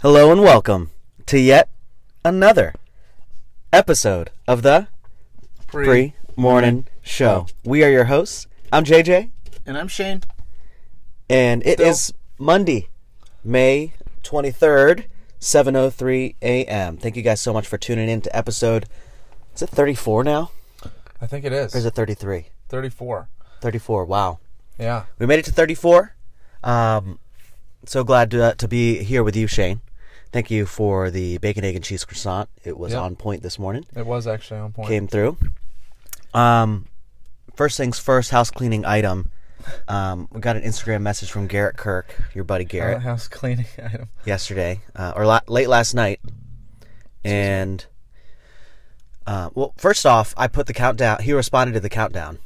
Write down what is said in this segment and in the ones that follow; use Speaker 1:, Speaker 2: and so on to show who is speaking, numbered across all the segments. Speaker 1: Hello and welcome to yet another episode of the
Speaker 2: Pre.
Speaker 1: Pre Morning Show. We are your hosts. I'm JJ,
Speaker 2: And I'm Shane.
Speaker 1: and it is
Speaker 2: Bill.
Speaker 1: Monday, May oh 23rd, 7:03 a.m. Thank you guys so much for tuning in to episode. Is it 34 now,
Speaker 2: I think it is.
Speaker 1: or is it 33?
Speaker 2: 34.
Speaker 1: 34. Wow,
Speaker 2: Yeah.
Speaker 1: we made it to 34. Um, so glad to, to be here with you, Shane. Thank you for the bacon, egg, and cheese croissant. It was
Speaker 2: Yeah.
Speaker 1: on point this morning.
Speaker 2: It was actually on point.
Speaker 1: came through. Um, first things first, house cleaning item. Um, we got an Instagram message from Garrett Kirk, your buddy
Speaker 2: Uh,
Speaker 1: Garrett,
Speaker 2: House cleaning item.
Speaker 1: yesterday uh, or la- late last night, and uh, well, first off, I put the countdown. He responded to the countdown,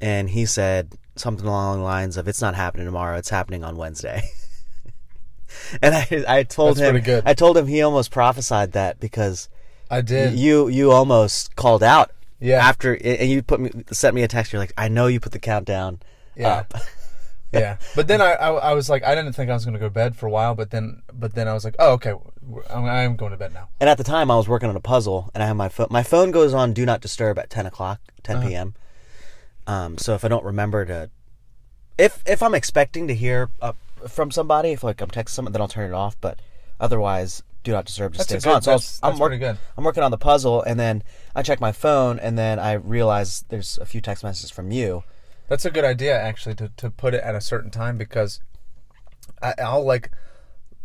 Speaker 1: and he said something along the lines of, "It's not happening tomorrow. It's happening on Wednesday." and I, I told
Speaker 2: That's
Speaker 1: him,
Speaker 2: pretty good.
Speaker 1: I told him he almost prophesied that because
Speaker 2: I did.
Speaker 1: you you almost called out
Speaker 2: Yeah.
Speaker 1: after and you put me sent me a text you're like i know you put the Uh, countdown
Speaker 2: Yeah.
Speaker 1: up
Speaker 2: yeah. But then I, I, I was like, I didn't think I was going to go to bed for a while, but then but then I was like, oh, okay. we're- I'm, I'm going to bed now.
Speaker 1: and at the time i was working on a puzzle and i had my phone my phone goes on do not disturb at 10 o'clock 10
Speaker 2: Uh-huh.
Speaker 1: p.m um, so if i don't remember to if if i'm expecting to hear uh, from somebody if like i'm texting someone then i'll turn it off but otherwise do not disturb just
Speaker 2: That's
Speaker 1: stays
Speaker 2: a good-
Speaker 1: on so I was-
Speaker 2: that's-
Speaker 1: i'm
Speaker 2: that's
Speaker 1: work-
Speaker 2: pretty good.
Speaker 1: i'm working on the puzzle and then i check my phone and then i realize there's a few text messages from you
Speaker 2: That's a good idea, actually, to, to put it at a certain time because I, I'll like.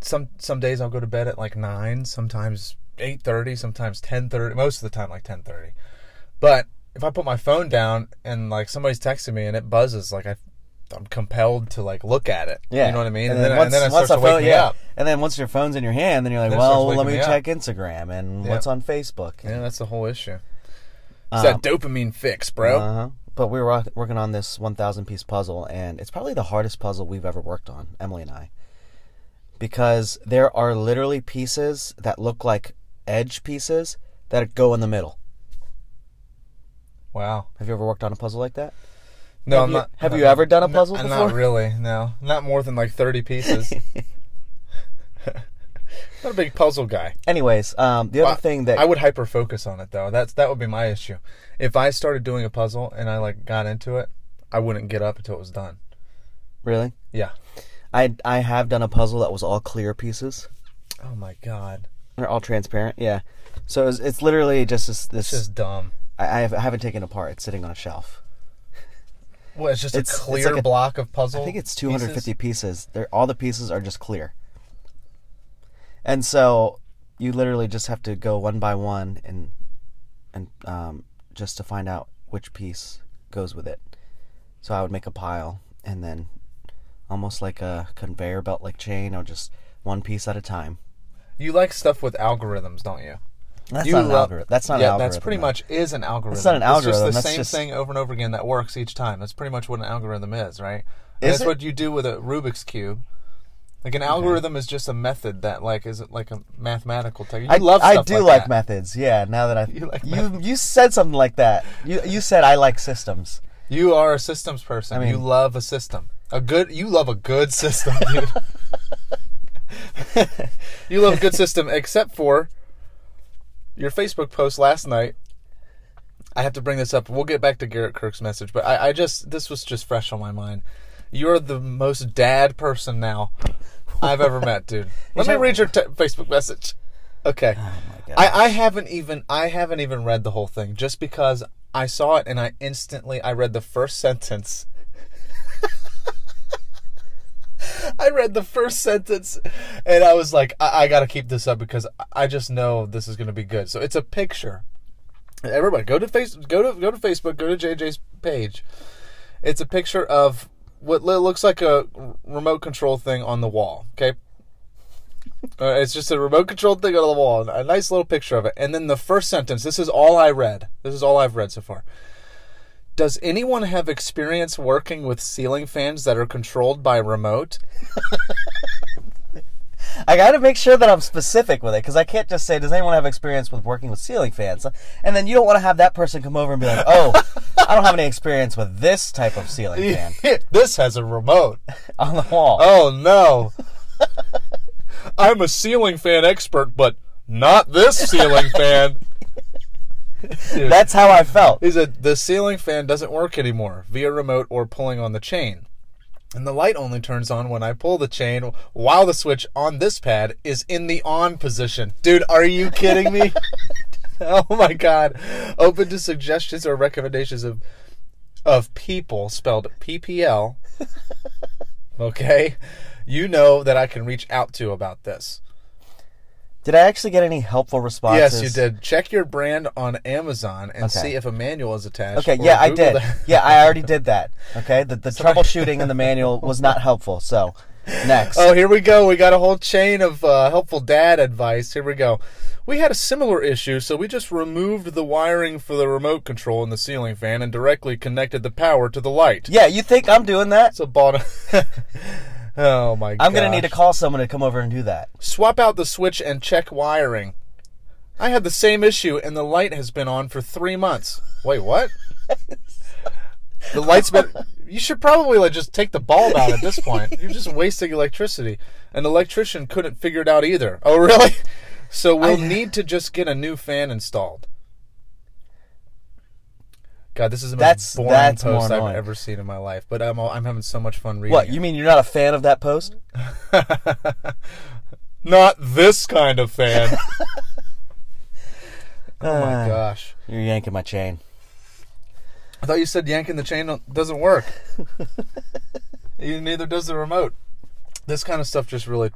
Speaker 2: Some some days I'll go to bed at like nine, sometimes eight thirty, sometimes ten thirty. Most of the time, like ten thirty. But if I put my phone down and like somebody's texting me and it buzzes, like I, I'm compelled to like look at it.
Speaker 1: Yeah,
Speaker 2: you know what I mean.
Speaker 1: And,
Speaker 2: And,
Speaker 1: then,
Speaker 2: then,
Speaker 1: once,
Speaker 2: and then it
Speaker 1: once
Speaker 2: starts to
Speaker 1: the phone,
Speaker 2: wake me
Speaker 1: yeah.
Speaker 2: up.
Speaker 1: And then once your phone's in your hand, then you're like,
Speaker 2: Then it starts
Speaker 1: well, let
Speaker 2: waking
Speaker 1: me
Speaker 2: me up.
Speaker 1: check Instagram and
Speaker 2: Yeah.
Speaker 1: what's on Facebook.
Speaker 2: Yeah, that's the whole issue.
Speaker 1: Um,
Speaker 2: It's that dopamine fix, bro.
Speaker 1: Uh-huh. But we were wo- working on this 1,000 piece puzzle, and it's probably the hardest puzzle we've ever worked on, Emily and I, because there are literally pieces that look like edge pieces that go in the middle.
Speaker 2: wow.
Speaker 1: Have you ever worked on a puzzle like that?
Speaker 2: No,
Speaker 1: Have
Speaker 2: I'm
Speaker 1: you-
Speaker 2: not.
Speaker 1: have
Speaker 2: no,
Speaker 1: you ever done a puzzle
Speaker 2: no,
Speaker 1: before?
Speaker 2: Not really. No, not more than like thirty pieces. not a big puzzle guy.
Speaker 1: Anyways, um, the other
Speaker 2: I-
Speaker 1: thing that
Speaker 2: Uh, I would hyper focus on it though. That's that would be my issue. If I started doing a puzzle and I like got into it, I wouldn't get up until it was done.
Speaker 1: really,
Speaker 2: Yeah.
Speaker 1: I I have done a puzzle that was all clear pieces.
Speaker 2: Oh my god,
Speaker 1: They're all transparent. Yeah. So it's, it's literally just this. this
Speaker 2: it's just dumb.
Speaker 1: I, I, have, I haven't taken it apart. It's sitting on a shelf.
Speaker 2: Well, it's just
Speaker 1: It's-
Speaker 2: a
Speaker 1: it's
Speaker 2: clear
Speaker 1: like a-
Speaker 2: block of puzzle.
Speaker 1: I think it's 250 pieces. They're all the pieces are just clear. And so you literally just have to go one by one and and um, just to find out which piece goes with it. So I would make a pile and then almost like a conveyor belt like chain or just one piece at a time.
Speaker 2: You like stuff with algorithms, don't you?
Speaker 1: That's
Speaker 2: you
Speaker 1: not an
Speaker 2: love-
Speaker 1: algorithm. That's not
Speaker 2: yeah,
Speaker 1: an algorithm.
Speaker 2: that's pretty
Speaker 1: though.
Speaker 2: much is an algorithm.
Speaker 1: It's not an
Speaker 2: It's
Speaker 1: algorithm,
Speaker 2: just the
Speaker 1: that's
Speaker 2: same
Speaker 1: just-
Speaker 2: thing over and over again that works each time. That's pretty much what an algorithm is, right? And
Speaker 1: Is
Speaker 2: that's
Speaker 1: it?
Speaker 2: what you do with a Rubik's cube. Like an algorithm is just a method that like is like a mathematical technique. You
Speaker 1: I
Speaker 2: love.
Speaker 1: I
Speaker 2: stuff
Speaker 1: do like
Speaker 2: that.
Speaker 1: methods. Yeah, now that I
Speaker 2: You like
Speaker 1: you you said something like that. You you said I like systems.
Speaker 2: You are a systems person.
Speaker 1: I mean-
Speaker 2: you love a system. A good. You love a good system, dude. you love a good system, except for your Facebook post last night. I have to bring this up. We'll get back to Garrett Kirk's message, but I, I just this was just fresh on my mind. You're the most dad person now I've ever met, dude. Let me read your te- Facebook message. Okay.
Speaker 1: Oh, my gosh.
Speaker 2: I, I haven't even I haven't even read the whole thing just because I saw it and I instantly I read the first sentence. I read the first sentence and I was like, I, I gotta keep this up because I- I just know this is gonna be good. So it's a picture. Everybody go to face go to go to Facebook, go to JJ's page. It's a picture of what lo- looks like a r- remote control thing on the wall. Okay, Uh, it's just a remote control thing on the wall. A nice little picture of it, and then the first sentence. This is all I read. This is all I've read so far. Does anyone have experience working with ceiling fans that are controlled by remote?
Speaker 1: I got to make sure that I'm specific with it because I can't just say, "Does anyone have experience with working with ceiling fans?" And then you don't want to have that person come over and be like, "Oh, I don't have any experience with this type of ceiling fan
Speaker 2: this has a remote.
Speaker 1: on the wall."
Speaker 2: Oh no. I'm a ceiling fan expert, but not this ceiling fan. Dude,
Speaker 1: That's how I felt.
Speaker 2: he said the ceiling fan doesn't work anymore via remote or pulling on the chain. And the light only turns on when I pull the chain while the switch on this pad is in the on position. Dude, are you kidding me? oh my god. Open to suggestions or recommendations of of people spelled PPL. okay? You know that I can reach out to about this.
Speaker 1: Did I actually get any helpful responses?
Speaker 2: Yes, you did. Check your brand on Amazon and
Speaker 1: Okay.
Speaker 2: see if a manual is attached.
Speaker 1: Okay,
Speaker 2: or
Speaker 1: yeah, I
Speaker 2: Google
Speaker 1: did.
Speaker 2: that.
Speaker 1: Yeah, I already did that. Okay, the, the troubleshooting in the manual was not helpful. So, next.
Speaker 2: Oh, here we go. We got a whole chain of uh, helpful dad advice. Here we go. We had a similar issue, so we just removed the wiring for the remote control in the ceiling fan and directly connected the power to the light.
Speaker 1: Yeah, you think I'm doing that?
Speaker 2: It's a bottom. oh my god.
Speaker 1: I'm gonna need to call someone to come over and do that.
Speaker 2: swap out the switch and check wiring. I had the same issue, and the light has been on for three months. Wait, what? the light's been. You should probably like just take the bulb out at this point. You're just wasting electricity. An electrician couldn't figure it out either. Oh, really? So we'll need to just get a new fan installed. God, this is the most
Speaker 1: That's-
Speaker 2: boring
Speaker 1: that's more
Speaker 2: post I've
Speaker 1: annoying.
Speaker 2: ever seen in my life. But I'm I'm having so much fun reading.
Speaker 1: What
Speaker 2: it.
Speaker 1: you mean? You're not a fan of that post?
Speaker 2: Not this kind of fan. oh
Speaker 1: Ah.
Speaker 2: my gosh.
Speaker 1: You're yanking my chain.
Speaker 2: I thought you said yanking the chain don't- doesn't work. You- Neither does the remote. This kind of stuff just really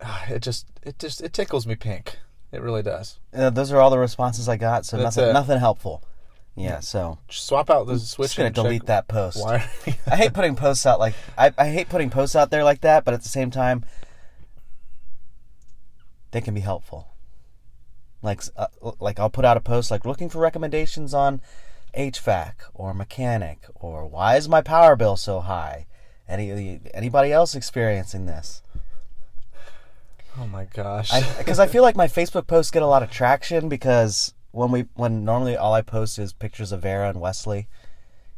Speaker 2: ah, it just it just it tickles me pink. It really does.
Speaker 1: Uh, those are all the responses I got. So
Speaker 2: That's
Speaker 1: nothing,
Speaker 2: it.
Speaker 1: nothing helpful. Yeah. So
Speaker 2: Just swap out the switch
Speaker 1: just gonna
Speaker 2: and check
Speaker 1: delete that post.
Speaker 2: wire.
Speaker 1: I hate putting posts out like I, I hate putting posts out there like that, but at the same time, they can be helpful. Like s- uh, like I'll put out a post like looking for recommendations on HVAC or mechanic or why is my power bill so high? Any anybody else experiencing this?
Speaker 2: oh my gosh.
Speaker 1: Because I, feel like my Facebook posts get a lot of traction because when we when normally all I post is pictures of Vera and Wesley,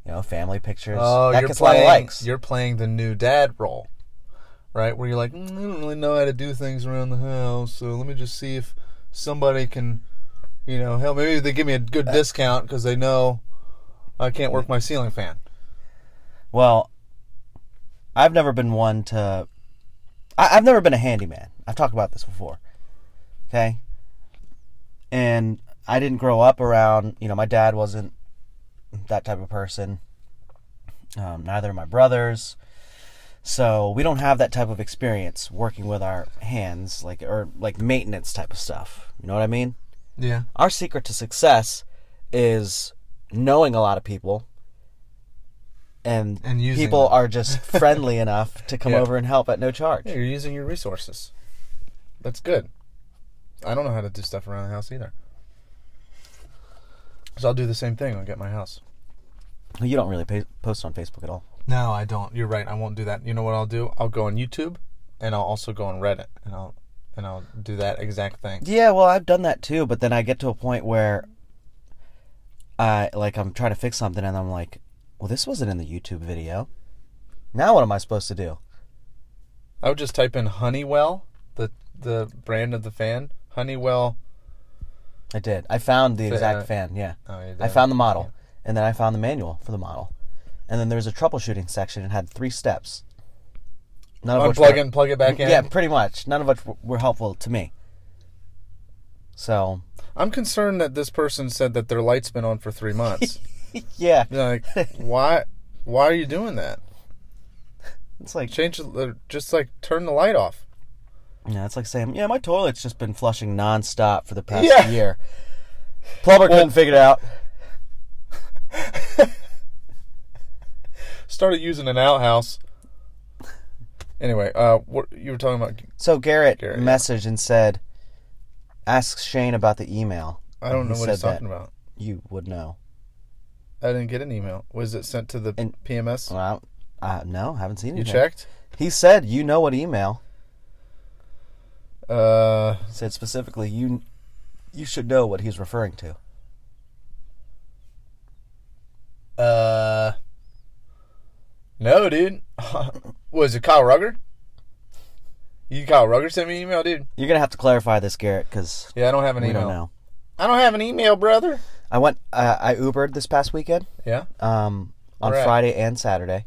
Speaker 1: you know, family pictures.
Speaker 2: Oh,
Speaker 1: that
Speaker 2: you're
Speaker 1: gets
Speaker 2: playing,
Speaker 1: a lot of likes.
Speaker 2: You're playing the new dad role, right? Where you're like, mm, I don't really know how to do things around the house, so let me just see if somebody can, you know, help. Maybe they give me a good
Speaker 1: Uh,
Speaker 2: discount because they know I can't work my ceiling fan.
Speaker 1: Well, I've never been one to. I, I've never been a handyman. I've talked about this before. Okay? And I didn't grow up around, you know, my dad wasn't that type of person. Um, neither of my brothers. So we don't have that type of experience working with our hands, like, or like maintenance type of stuff. You know what I mean?
Speaker 2: Yeah.
Speaker 1: our secret to success is knowing a lot of people and,
Speaker 2: And using
Speaker 1: people
Speaker 2: them.
Speaker 1: are just friendly enough to come
Speaker 2: Yeah.
Speaker 1: over and help at no charge.
Speaker 2: you're using your resources. That's good. I don't know how to do stuff around the house either, so I'll do the same thing. I'll get my house.
Speaker 1: Well, You don't really pay, post on Facebook at all.
Speaker 2: No, I don't. You're right. I won't do that. You know what I'll do? I'll go on YouTube, and I'll also go on Reddit, and I'll and I'll do that exact thing.
Speaker 1: Yeah, well, I've done that too, but then I get to a point where I like I'm trying to fix something and I'm like, well, this wasn't in the YouTube video. Now what am I supposed to do?
Speaker 2: I would just type in Honeywell, the the brand of the fan. Honeywell.
Speaker 1: I did. I found the exact
Speaker 2: uh,
Speaker 1: fan. Yeah.
Speaker 2: Oh, you
Speaker 1: I
Speaker 2: did.
Speaker 1: found the model, and then I found the manual for the model, and then there was a troubleshooting section and had three steps. None of which
Speaker 2: Unplug
Speaker 1: were-
Speaker 2: and plug it back in.
Speaker 1: Yeah, pretty much. None of which w- were helpful to me. So
Speaker 2: I'm concerned that this person said that their light's been on for three months.
Speaker 1: yeah,
Speaker 2: You're like, why? Why are you doing that?
Speaker 1: it's like
Speaker 2: Change the, just like turn the light off.
Speaker 1: yeah, it's like saying yeah, my toilet's just been flushing nonstop for the past
Speaker 2: Yeah.
Speaker 1: year. Plumber couldn't figure it out.
Speaker 2: Started using an outhouse. Anyway, uh, what you were talking about?
Speaker 1: So Garrett,
Speaker 2: Garrett, yeah.
Speaker 1: messaged and said, "Ask Shane about the email."
Speaker 2: I don't
Speaker 1: And
Speaker 2: know
Speaker 1: he
Speaker 2: what he's
Speaker 1: said that.
Speaker 2: talking about.
Speaker 1: You would know.
Speaker 2: I didn't get an email. Was it sent to the
Speaker 1: And- Oh,
Speaker 2: PMS?
Speaker 1: Well, I, no, haven't seen
Speaker 2: You
Speaker 1: anything.
Speaker 2: checked?
Speaker 1: He said, "You know what email."
Speaker 2: Uh,
Speaker 1: said specifically you you should know what he's referring to.
Speaker 2: uh, no, dude. Was it Kyle Rugger? You Kyle Rugger sent me an email, dude.
Speaker 1: You're gonna have to clarify this, Garrett, because
Speaker 2: Yeah, I don't have an
Speaker 1: we
Speaker 2: email.
Speaker 1: don't know.
Speaker 2: I don't have an email, brother.
Speaker 1: I went. Uh, I Ubered this past weekend.
Speaker 2: Yeah.
Speaker 1: um, on
Speaker 2: Where at?
Speaker 1: Friday and Saturday.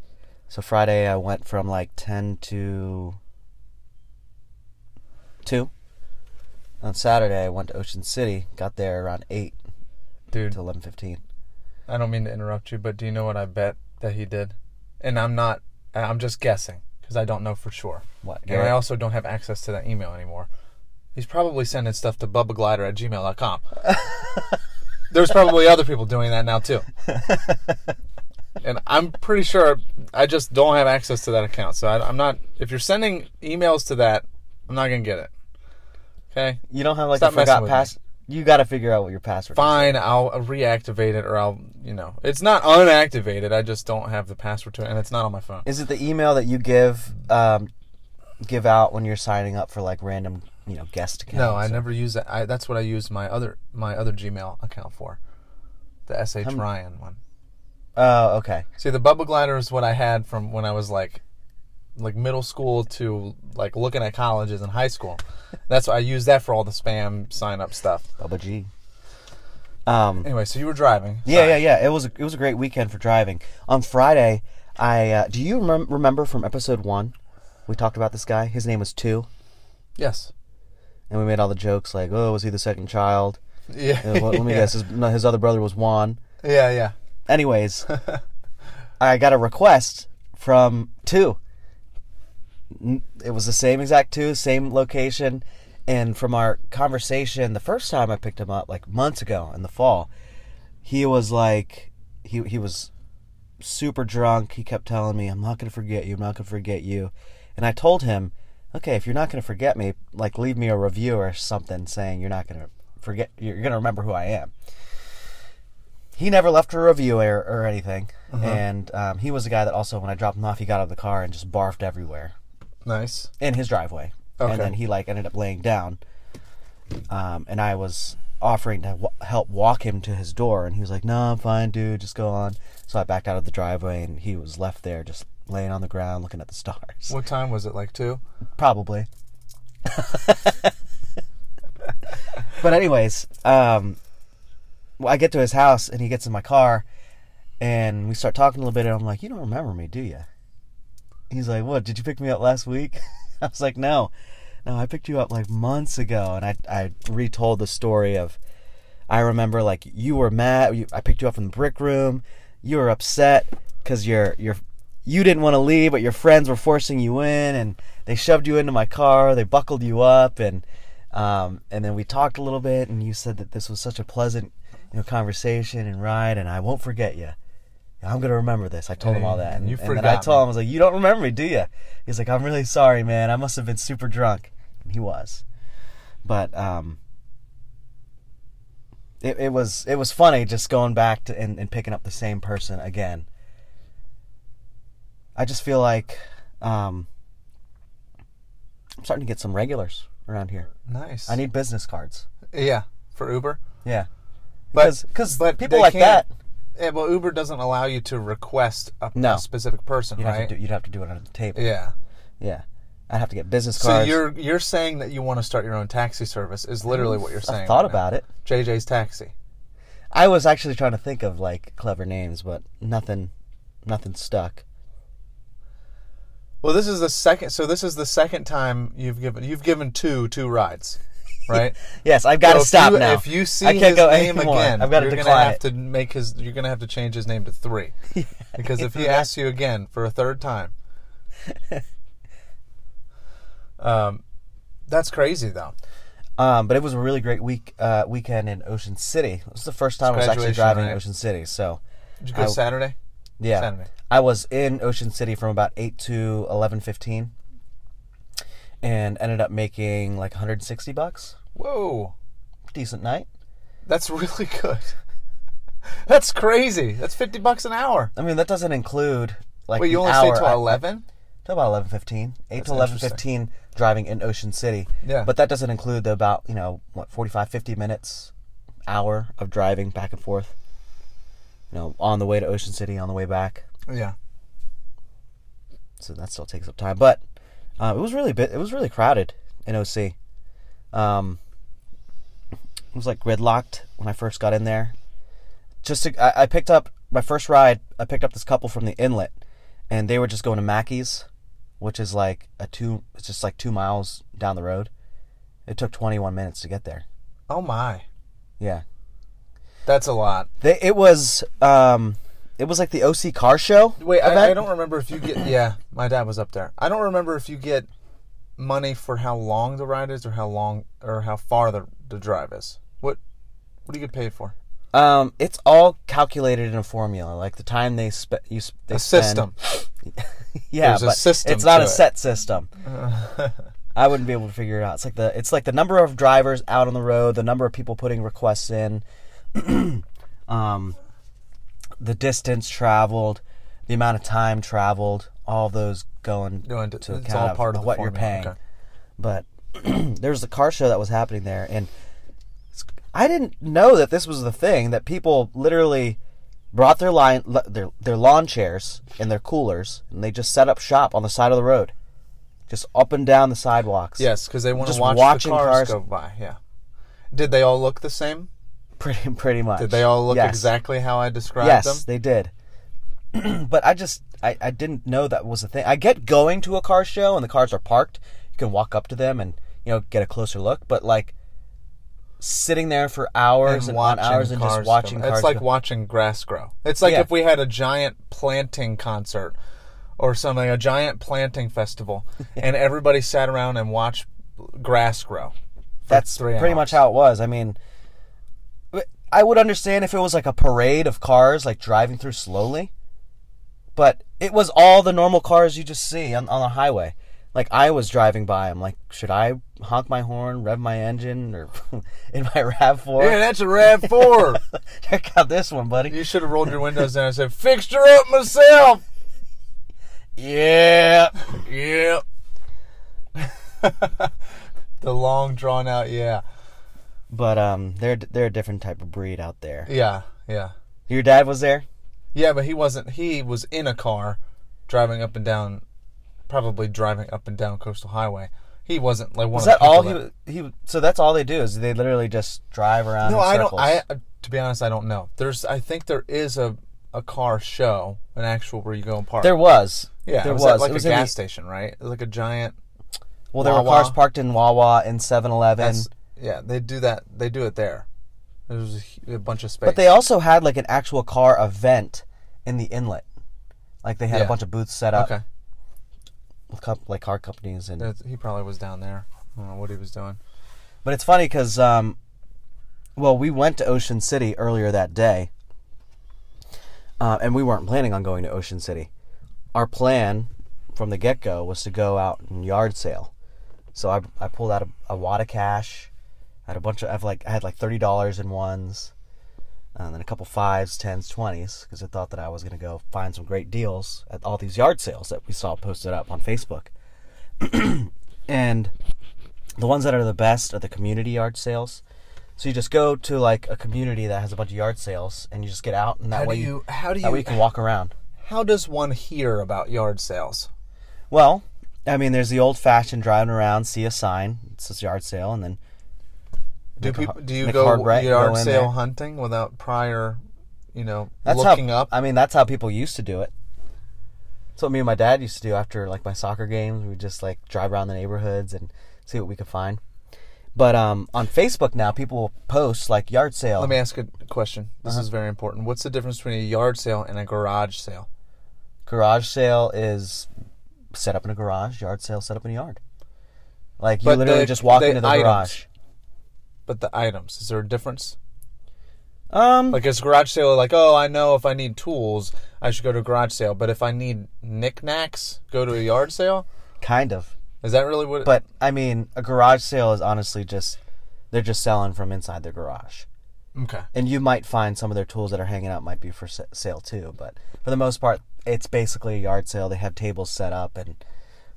Speaker 1: So Friday I went from like ten to two. On Saturday I went to Ocean City. Got there around eight
Speaker 2: Dude,
Speaker 1: to eleven fifteen.
Speaker 2: I don't mean to interrupt you, but do you know what I bet that he did? And I'm not I'm just guessing because I don't know for sure.
Speaker 1: What?
Speaker 2: And I
Speaker 1: Garrett?
Speaker 2: also don't have access to that email anymore. He's probably sending stuff to bubbaglider at gmail.com. There's probably other people doing that now, too. And I'm pretty sure I just don't have access to that account. So I, I'm not, if you're sending emails to that, I'm not going to get it. Okay?
Speaker 1: you don't have like
Speaker 2: Stop
Speaker 1: a
Speaker 2: messing
Speaker 1: forgot
Speaker 2: with
Speaker 1: pass. You got to figure out what your password. is.
Speaker 2: Fine, I'll reactivate it or I'll, you know, it's not unactivated. I just don't have the password to it and it's not on my phone.
Speaker 1: Is it the email that you give um, give out when you're signing up for like random you know guest accounts?
Speaker 2: No, I never use that. I, that's what I use my other my other Gmail account for, the sh Ryan one.
Speaker 1: Oh, okay.
Speaker 2: See, the bubble glider is what I had from when I was like, like middle school to like looking at colleges and high school. That's why I use that for all the spam sign up stuff.
Speaker 1: Bubba G. Um,
Speaker 2: Anyway, so you were driving.
Speaker 1: Yeah, yeah, yeah. It was a, it was a great weekend for driving. On Friday, I uh, do you remem- remember from episode one? We talked about this guy. His name was Two,
Speaker 2: Yes.
Speaker 1: and we made all the jokes like, "Oh, was he the second child?"
Speaker 2: Yeah.
Speaker 1: Uh, let, let me
Speaker 2: yeah.
Speaker 1: guess. His, no, his other brother was Juan.
Speaker 2: Yeah, yeah.
Speaker 1: Anyways, I got a request from Two. N- It was the same exact Two, same location, and from our conversation the first time I picked him up, like months ago in the fall, he was like, he he was super drunk. He kept telling me, "I'm not gonna forget you. I'm not gonna forget you," and I told him, "Okay, if you're not gonna forget me, like leave me a review or something saying you're not gonna forget. You're gonna remember who I am." He never left a review or, or anything, and um, he was the guy that also, when I dropped him off, he got out of the car and just barfed everywhere
Speaker 2: Nice.
Speaker 1: in his driveway,
Speaker 2: Okay.
Speaker 1: and then he like ended up laying down. Um, and I was offering to w- help walk him to his door, and he was like, "No, I'm fine, dude. Just go on." So I backed out of the driveway, and he was left there just laying on the ground looking at the stars.
Speaker 2: What time was it? Like two.
Speaker 1: Probably. but anyways, um, well, I get to his house and he gets in my car, and we start talking a little bit. And I'm like, "You don't remember me, do you?" He's like, "What? Did you pick me up last week?" I was like, "No, no, I picked you up like months ago." And I I retold the story of I remember like you were mad. You, I picked you up from the brick room. You were upset because your your you didn't want to leave, but your friends were forcing you in, and they shoved you into my car. They buckled you up, and um, and then we talked a little bit, and you said that this was such a pleasant you know conversation and ride, and I won't forget you. I'm gonna remember this. I told him all that,
Speaker 2: And
Speaker 1: and,
Speaker 2: you
Speaker 1: and then I
Speaker 2: forgot
Speaker 1: told
Speaker 2: me.
Speaker 1: him I was like, "You don't remember me, do you?" He's like, "I'm really sorry, man. I must have been super drunk." And he was, but um, it, it was it was funny just going back to and, and picking up the same person again. I just feel like um, I'm starting to get some regulars around here.
Speaker 2: Nice.
Speaker 1: I need business cards.
Speaker 2: Yeah, for Uber.
Speaker 1: Yeah,
Speaker 2: But-
Speaker 1: because because
Speaker 2: but
Speaker 1: people
Speaker 2: they
Speaker 1: like that
Speaker 2: can't- Yeah, well, Uber doesn't allow you to request a,
Speaker 1: No.
Speaker 2: a specific person,
Speaker 1: you'd
Speaker 2: right?
Speaker 1: have to do, you'd have to do it under the table.
Speaker 2: yeah.
Speaker 1: Yeah. I'd have to get business
Speaker 2: So
Speaker 1: cards.
Speaker 2: you're you're saying that you want to start your own taxi service is literally what you're saying.
Speaker 1: I thought
Speaker 2: right now.
Speaker 1: about it.
Speaker 2: JJ's Taxi.
Speaker 1: I was actually trying to think of like clever names, but nothing, nothing stuck.
Speaker 2: Well, this is the second. So this is the second time you've given you've given two two rides, right?
Speaker 1: Yes, I've got to
Speaker 2: So if
Speaker 1: stop
Speaker 2: you-
Speaker 1: now.
Speaker 2: If you see
Speaker 1: I can't
Speaker 2: his
Speaker 1: go
Speaker 2: name
Speaker 1: anymore.
Speaker 2: again,
Speaker 1: I've got to
Speaker 2: you're gonna
Speaker 1: decline
Speaker 2: have
Speaker 1: it.
Speaker 2: to make his. You're gonna have to change his name to three, because if he asks you again for a third time, um, that's crazy though.
Speaker 1: Um, but it was a really great week uh, weekend in Ocean City. It was the first time I was actually
Speaker 2: graduation,
Speaker 1: driving in
Speaker 2: right?
Speaker 1: Ocean City. So
Speaker 2: Did you go
Speaker 1: I-
Speaker 2: Saturday?
Speaker 1: yeah,
Speaker 2: Saturday.
Speaker 1: I was in Ocean City from about eight to eleven fifteen, and ended up making like one hundred and sixty bucks.
Speaker 2: Whoa,
Speaker 1: Decent night.
Speaker 2: that's really good. that's crazy. That's fifty bucks an hour.
Speaker 1: I mean, that doesn't include like
Speaker 2: Wait,
Speaker 1: the
Speaker 2: you only
Speaker 1: hour
Speaker 2: stayed till
Speaker 1: I-
Speaker 2: eleven?
Speaker 1: till about eleven fifteen. Eight to eleven fifteen, driving in Ocean City.
Speaker 2: Yeah.
Speaker 1: But that doesn't include the about you know what 45, 50 minutes, hour of driving back and forth. You know, on the way to Ocean City, on the way back.
Speaker 2: Yeah.
Speaker 1: So that still takes up time. But Uh, it was really bit. It was really crowded in OC. Um, it was like gridlocked when I first got in there. Just to, I, I picked up my first ride. I picked up this couple from the inlet, and they were just going to Mackey's, which is like a two. It's just like two miles down the road. It took 21 minutes to get there.
Speaker 2: Oh my,
Speaker 1: Yeah,
Speaker 2: that's a lot.
Speaker 1: they, it was. Um, it was like the OC car show.
Speaker 2: Wait, I,
Speaker 1: event.
Speaker 2: I don't remember if you get. Yeah, my dad was up there. I don't remember if you get money for how long the ride is, or how long, or how far the the drive is. What what do you get paid for?
Speaker 1: Um, it's all calculated in a formula, like the time they spent. You sp- they
Speaker 2: A
Speaker 1: spend-
Speaker 2: system.
Speaker 1: Yeah,
Speaker 2: There's a
Speaker 1: but
Speaker 2: system
Speaker 1: it's not
Speaker 2: to
Speaker 1: a
Speaker 2: it.
Speaker 1: set system. I wouldn't be able to figure it out. It's like the it's like the number of drivers out on the road, the number of people putting requests in, um, the distance traveled, the amount of time traveled, all those going
Speaker 2: Going to-
Speaker 1: to
Speaker 2: it's
Speaker 1: account
Speaker 2: all
Speaker 1: of
Speaker 2: part of the
Speaker 1: what you're
Speaker 2: formula,
Speaker 1: paying.
Speaker 2: okay.
Speaker 1: But there's a car show that was happening there, and it's- I didn't know that this was the thing that people literally brought their line l- their their lawn chairs and their coolers, and they just set up shop on the side of the road, just up and down the sidewalks.
Speaker 2: Yes, because they want to
Speaker 1: Just
Speaker 2: watch the
Speaker 1: watching
Speaker 2: cars,
Speaker 1: cars-
Speaker 2: go by. Yeah. Did they all look the same?
Speaker 1: pretty pretty much.
Speaker 2: Did they all look
Speaker 1: Yes.
Speaker 2: exactly how I described
Speaker 1: Yes,
Speaker 2: them?
Speaker 1: they did. but I just I, I didn't know that was a thing. I get going to a car show and the cars are parked. You can walk up to them and you know get a closer look. But like sitting there for hours and, on hours and just
Speaker 2: cars
Speaker 1: watching
Speaker 2: go-
Speaker 1: cars.
Speaker 2: It's like
Speaker 1: go-
Speaker 2: watching grass grow. It's like
Speaker 1: Yeah.
Speaker 2: if we had a giant planting concert or something, a giant planting festival, and everybody sat around and watched grass grow. for
Speaker 1: that's
Speaker 2: three
Speaker 1: pretty
Speaker 2: hours.
Speaker 1: much how it was. I mean, I would understand if it was like a parade of cars like driving through slowly, but it was all the normal cars you just see on, on the highway. Like I was driving by, I'm like, should I honk my horn, rev my engine, or in my Rav Four?
Speaker 2: Yeah, that's a Rav Four.
Speaker 1: Check out this one, buddy.
Speaker 2: you should have rolled your windows down and said, "Fixed her up myself."
Speaker 1: Yeah.
Speaker 2: Yeah. the long drawn out. Yeah.
Speaker 1: But um, they're they're a different type of breed out there.
Speaker 2: Yeah. Yeah.
Speaker 1: Your dad was there.
Speaker 2: Yeah, but he wasn't. He was in a car, driving up and down, probably driving up and down coastal highway. He wasn't like one.
Speaker 1: Was that
Speaker 2: of Oh, the
Speaker 1: all
Speaker 2: people
Speaker 1: he he? So that's all they do is they literally just drive around.
Speaker 2: No,
Speaker 1: in
Speaker 2: I don't.
Speaker 1: circles.
Speaker 2: I to be honest, I don't know. There's. I think there is a a car show, an actual where you go and park.
Speaker 1: There was.
Speaker 2: yeah,
Speaker 1: there
Speaker 2: was,
Speaker 1: was.
Speaker 2: that like
Speaker 1: it was
Speaker 2: a
Speaker 1: in the-
Speaker 2: gas station, right? It was like a giant.
Speaker 1: well, there were
Speaker 2: Wawa?
Speaker 1: cars parked in Wawa and 7-Eleven,
Speaker 2: that's- yeah, they do that. They do it there. There's a, hu- a bunch of space.
Speaker 1: but they also had like an actual car event in the inlet. Like they had
Speaker 2: Yeah.
Speaker 1: a bunch of booths set up
Speaker 2: okay.
Speaker 1: with comp- like car companies and.
Speaker 2: That's- He probably was down there. I don't know what he was doing.
Speaker 1: But it's funny because, um, well, we went to Ocean City earlier that day, uh, and we weren't planning on going to Ocean City. Our plan from the get go was to go out and yard sale. So I, I pulled out a, a wad of cash. I had a bunch of I've like I had like thirty dollars in ones, and then a couple fives, tens, twenties, because I thought that I was gonna go find some great deals at all these yard sales that we saw posted up on Facebook. and the ones that are the best are the community yard sales. So you just go to like a community that has a bunch of yard sales, and you just get out, and that
Speaker 2: How
Speaker 1: way
Speaker 2: do you? How do
Speaker 1: that way
Speaker 2: you?
Speaker 1: you can walk around.
Speaker 2: How does one hear about yard sales?
Speaker 1: Well, I mean, there's the old-fashioned driving around, see a sign, it says yard sale, and then
Speaker 2: Do
Speaker 1: Make a
Speaker 2: people
Speaker 1: hu-
Speaker 2: do you
Speaker 1: make a
Speaker 2: go
Speaker 1: hard right,
Speaker 2: yard
Speaker 1: go in
Speaker 2: sale
Speaker 1: there.
Speaker 2: hunting without prior, you know,
Speaker 1: that's
Speaker 2: looking
Speaker 1: how.
Speaker 2: up?
Speaker 1: I mean, that's how people used to do it. That's what me and my dad used to do after like my soccer games. We would just like drive around the neighborhoods and see what we could find. But um, on Facebook now, people will post like yard sale.
Speaker 2: Let me ask a question. This
Speaker 1: Uh-huh.
Speaker 2: is very important. What's the difference between a yard sale and a garage sale?
Speaker 1: garage sale is set up in a garage. Yard sale set up in a yard. Like you
Speaker 2: But
Speaker 1: literally
Speaker 2: the-
Speaker 1: just walk
Speaker 2: the
Speaker 1: into the
Speaker 2: items.
Speaker 1: garage.
Speaker 2: But the items, is there a difference?
Speaker 1: Um,
Speaker 2: Like is garage sale like, oh, I know if I need tools, I should go to a garage sale, but if I need knickknacks, go to a yard sale?
Speaker 1: kind of.
Speaker 2: Is that really what it,
Speaker 1: But I mean, a garage sale is honestly just they're just selling from inside their garage.
Speaker 2: Okay.
Speaker 1: And you might find some of their tools that are hanging out might be for sa- sale too, but for the most part, it's basically a yard sale. They have tables set up and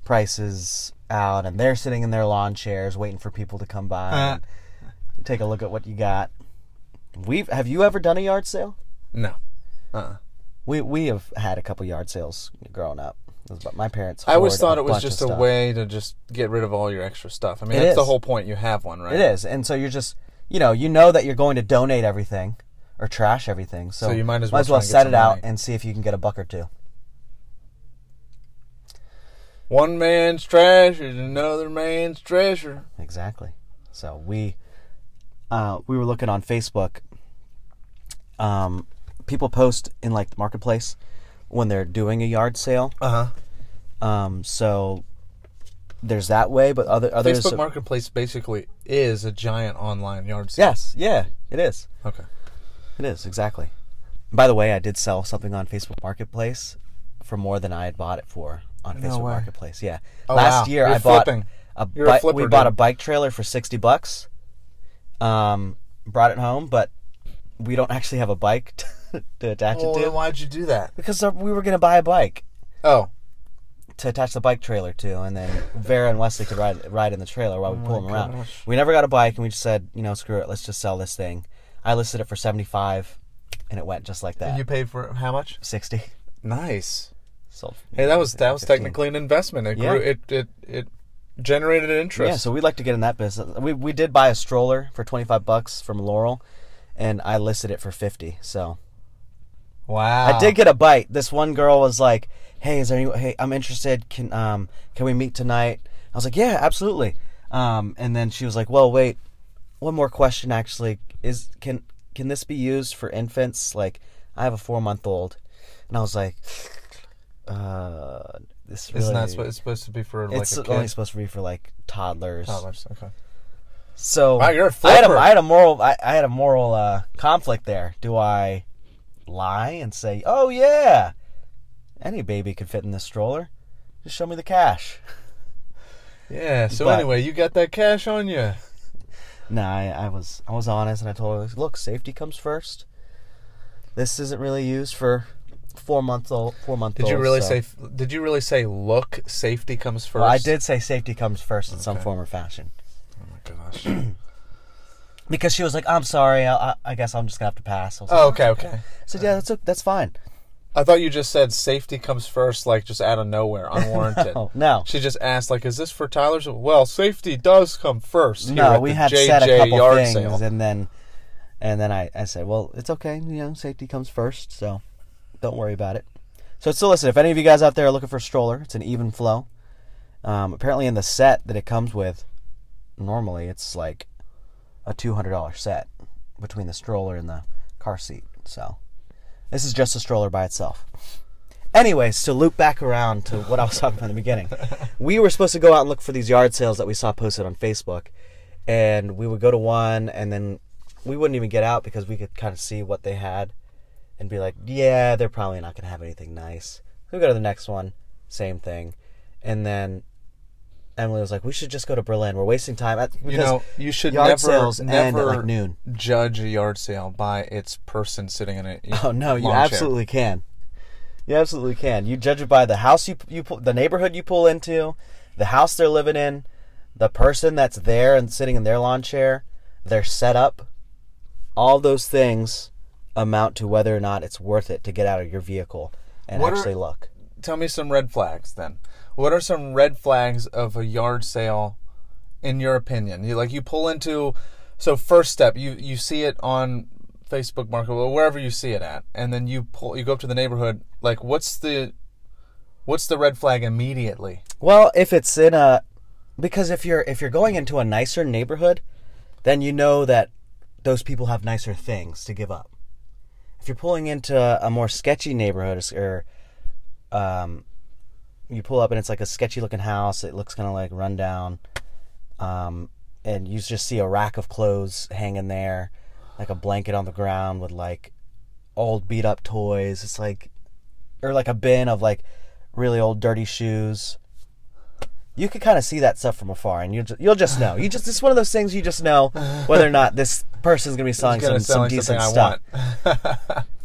Speaker 1: prices out, and they're sitting in their lawn chairs waiting for people to come by
Speaker 2: Uh.
Speaker 1: and take a look at what you got. We've have you ever done a yard sale?
Speaker 2: No. Uh uh
Speaker 1: We we have had a couple yard sales growing up. That's about my parents.
Speaker 2: I always
Speaker 1: hoard
Speaker 2: thought it was
Speaker 1: bunch of
Speaker 2: just a
Speaker 1: stuff.
Speaker 2: way to just get rid of all your extra stuff. I mean,
Speaker 1: It
Speaker 2: that's the
Speaker 1: is.
Speaker 2: whole point. You have one, right?
Speaker 1: It is, and so you're just, you know, you know that you're going to donate everything or trash everything. So,
Speaker 2: So you might as well try and get
Speaker 1: set
Speaker 2: some
Speaker 1: it out
Speaker 2: money.
Speaker 1: and see if you can get a buck or two.
Speaker 2: One man's trash is another man's treasure.
Speaker 1: Exactly. So we uh, we were looking on Facebook. Um, people post in like the marketplace when they're doing a yard sale.
Speaker 2: Uh huh.
Speaker 1: Um, so there's that way, but other others.
Speaker 2: Facebook Marketplace basically is a giant online yard sale.
Speaker 1: Yes. Yeah. It is.
Speaker 2: Okay.
Speaker 1: It is exactly. By the way, I did sell something on Facebook Marketplace for more than I had bought it for on
Speaker 2: No
Speaker 1: Facebook
Speaker 2: way.
Speaker 1: Marketplace. Yeah,
Speaker 2: Oh,
Speaker 1: last
Speaker 2: wow.
Speaker 1: year
Speaker 2: You're
Speaker 1: I bought
Speaker 2: flipping.
Speaker 1: a,
Speaker 2: You're a
Speaker 1: bi- we
Speaker 2: flipper,
Speaker 1: bought
Speaker 2: dude.
Speaker 1: a bike trailer for sixty bucks. Um, brought it home, but we don't actually have a bike to, to attach
Speaker 2: Well,
Speaker 1: it
Speaker 2: then
Speaker 1: to
Speaker 2: why'd you do that?
Speaker 1: because uh, we were gonna buy a bike
Speaker 2: Oh,
Speaker 1: to attach the bike trailer to, and then Vera and Wesley could ride ride in the trailer while we pull them around.
Speaker 2: Oh gosh.
Speaker 1: We never got a bike, and we just said, you know, screw it, let's just sell this thing. I listed it for seventy five, and it went just like that.
Speaker 2: you paid for how much?
Speaker 1: Sixty.
Speaker 2: Nice.
Speaker 1: Sold.
Speaker 2: Hey, that was that was
Speaker 1: 15.
Speaker 2: technically an investment. It
Speaker 1: Yeah.
Speaker 2: grew. It it it generated an interest.
Speaker 1: Yeah, so we'd like to get in that business. We we did buy a stroller for twenty five bucks from Laurel, and I listed it for fifty. So
Speaker 2: wow.
Speaker 1: I did get a bite. This one girl was like, "Hey, is there any? Hey, I'm interested. Can um can we meet tonight?" I was like, "Yeah, absolutely." Um, and then she was like, "Well, wait, one more question. Actually, is can can this be used for infants? Like, I have a four month old," and I was like, "Uh, this really
Speaker 2: It's not. sp- It's supposed to be for like
Speaker 1: it's
Speaker 2: a kid.
Speaker 1: only supposed to be for like toddlers.
Speaker 2: Toddlers, Okay.
Speaker 1: So
Speaker 2: Wow, you're a
Speaker 1: I had a,
Speaker 2: flipper.
Speaker 1: I had a moral I, I had a moral uh, conflict there. Do I lie and say, "Oh yeah, any baby could fit in this stroller"? Just show me the cash.
Speaker 2: Yeah. So
Speaker 1: But-
Speaker 2: anyway, you got that cash on you.
Speaker 1: No, I, I was I was honest and I told her, "Look, safety comes first. This isn't really used for four month old four month
Speaker 2: Did you really say? Did you really say? Look, safety comes first.
Speaker 1: Well, I did say safety comes first in some
Speaker 2: Okay.
Speaker 1: form or fashion.
Speaker 2: Oh my gosh.
Speaker 1: Because she was like, "I'm sorry, I, I- I guess I'm just gonna have to pass." I was like,
Speaker 2: oh, okay, okay.
Speaker 1: I said, "Yeah, that's o- that's fine."
Speaker 2: I thought you just said safety comes first, like just out of nowhere, unwarranted.
Speaker 1: Oh no,
Speaker 2: She just asked, like, "Is this for Tyler's?" Well, safety does come first. here
Speaker 1: No,
Speaker 2: at
Speaker 1: we
Speaker 2: the
Speaker 1: had
Speaker 2: JJ
Speaker 1: said a couple
Speaker 2: yard
Speaker 1: things,
Speaker 2: sale.
Speaker 1: and then and then I, I said, well, it's okay. You know, safety comes first, so don't worry about it. So it's still listed. If any of you guys out there are looking for a stroller, it's an even flow. Um, apparently, in the set that it comes with, normally it's like a two hundred dollar set between the stroller and the car seat. So this is just a stroller by itself. Anyways, to loop back around to what I was talking about in the beginning, we were supposed to go out and look for these yard sales that we saw posted on Facebook, and we would go to one, and then we wouldn't even get out because we could kind of see what they had, and be like, yeah, they're probably not gonna have anything nice. We go to the next one, same thing, and then Emily was like, we should just go to Berlin. We're wasting time. At,
Speaker 2: You
Speaker 1: because
Speaker 2: know, you should
Speaker 1: yard
Speaker 2: never,
Speaker 1: sales end at,
Speaker 2: never
Speaker 1: like, noon.
Speaker 2: judge a yard sale by its person sitting in it.
Speaker 1: Oh no, you
Speaker 2: lawn chair.
Speaker 1: absolutely can. You absolutely can. You judge it by the house you you pull, the neighborhood you pull into, the house they're living in, the person that's there and sitting in their lawn chair, their setup. All those things amount to whether or not it's worth it to get out of your vehicle and
Speaker 2: What are-
Speaker 1: actually look.
Speaker 2: Tell me some red flags then. What are some red flags of a yard sale, in your opinion? You like you pull into, so first step you you see it on Facebook Market or wherever you see it at, and then you pull you go up to the neighborhood. Like what's the, what's the red flag immediately?
Speaker 1: Well, if it's in a because if you're if you're going into a nicer neighborhood, then you know that those people have nicer things to give up. If you're pulling into a more sketchy neighborhood or um you pull up and it's like a sketchy looking house, it looks kind of like rundown. Um and you just see a rack of clothes hanging there, like a blanket on the ground with like old beat up toys. It's like or like a bin of like really old dirty shoes. You could kind of see that stuff from afar, and you ju- you'll just know. You just it's one of those things you just know whether or not this person's gonna be selling
Speaker 2: It's gonna
Speaker 1: some, some
Speaker 2: sound like
Speaker 1: decent
Speaker 2: something
Speaker 1: stuff.
Speaker 2: I want.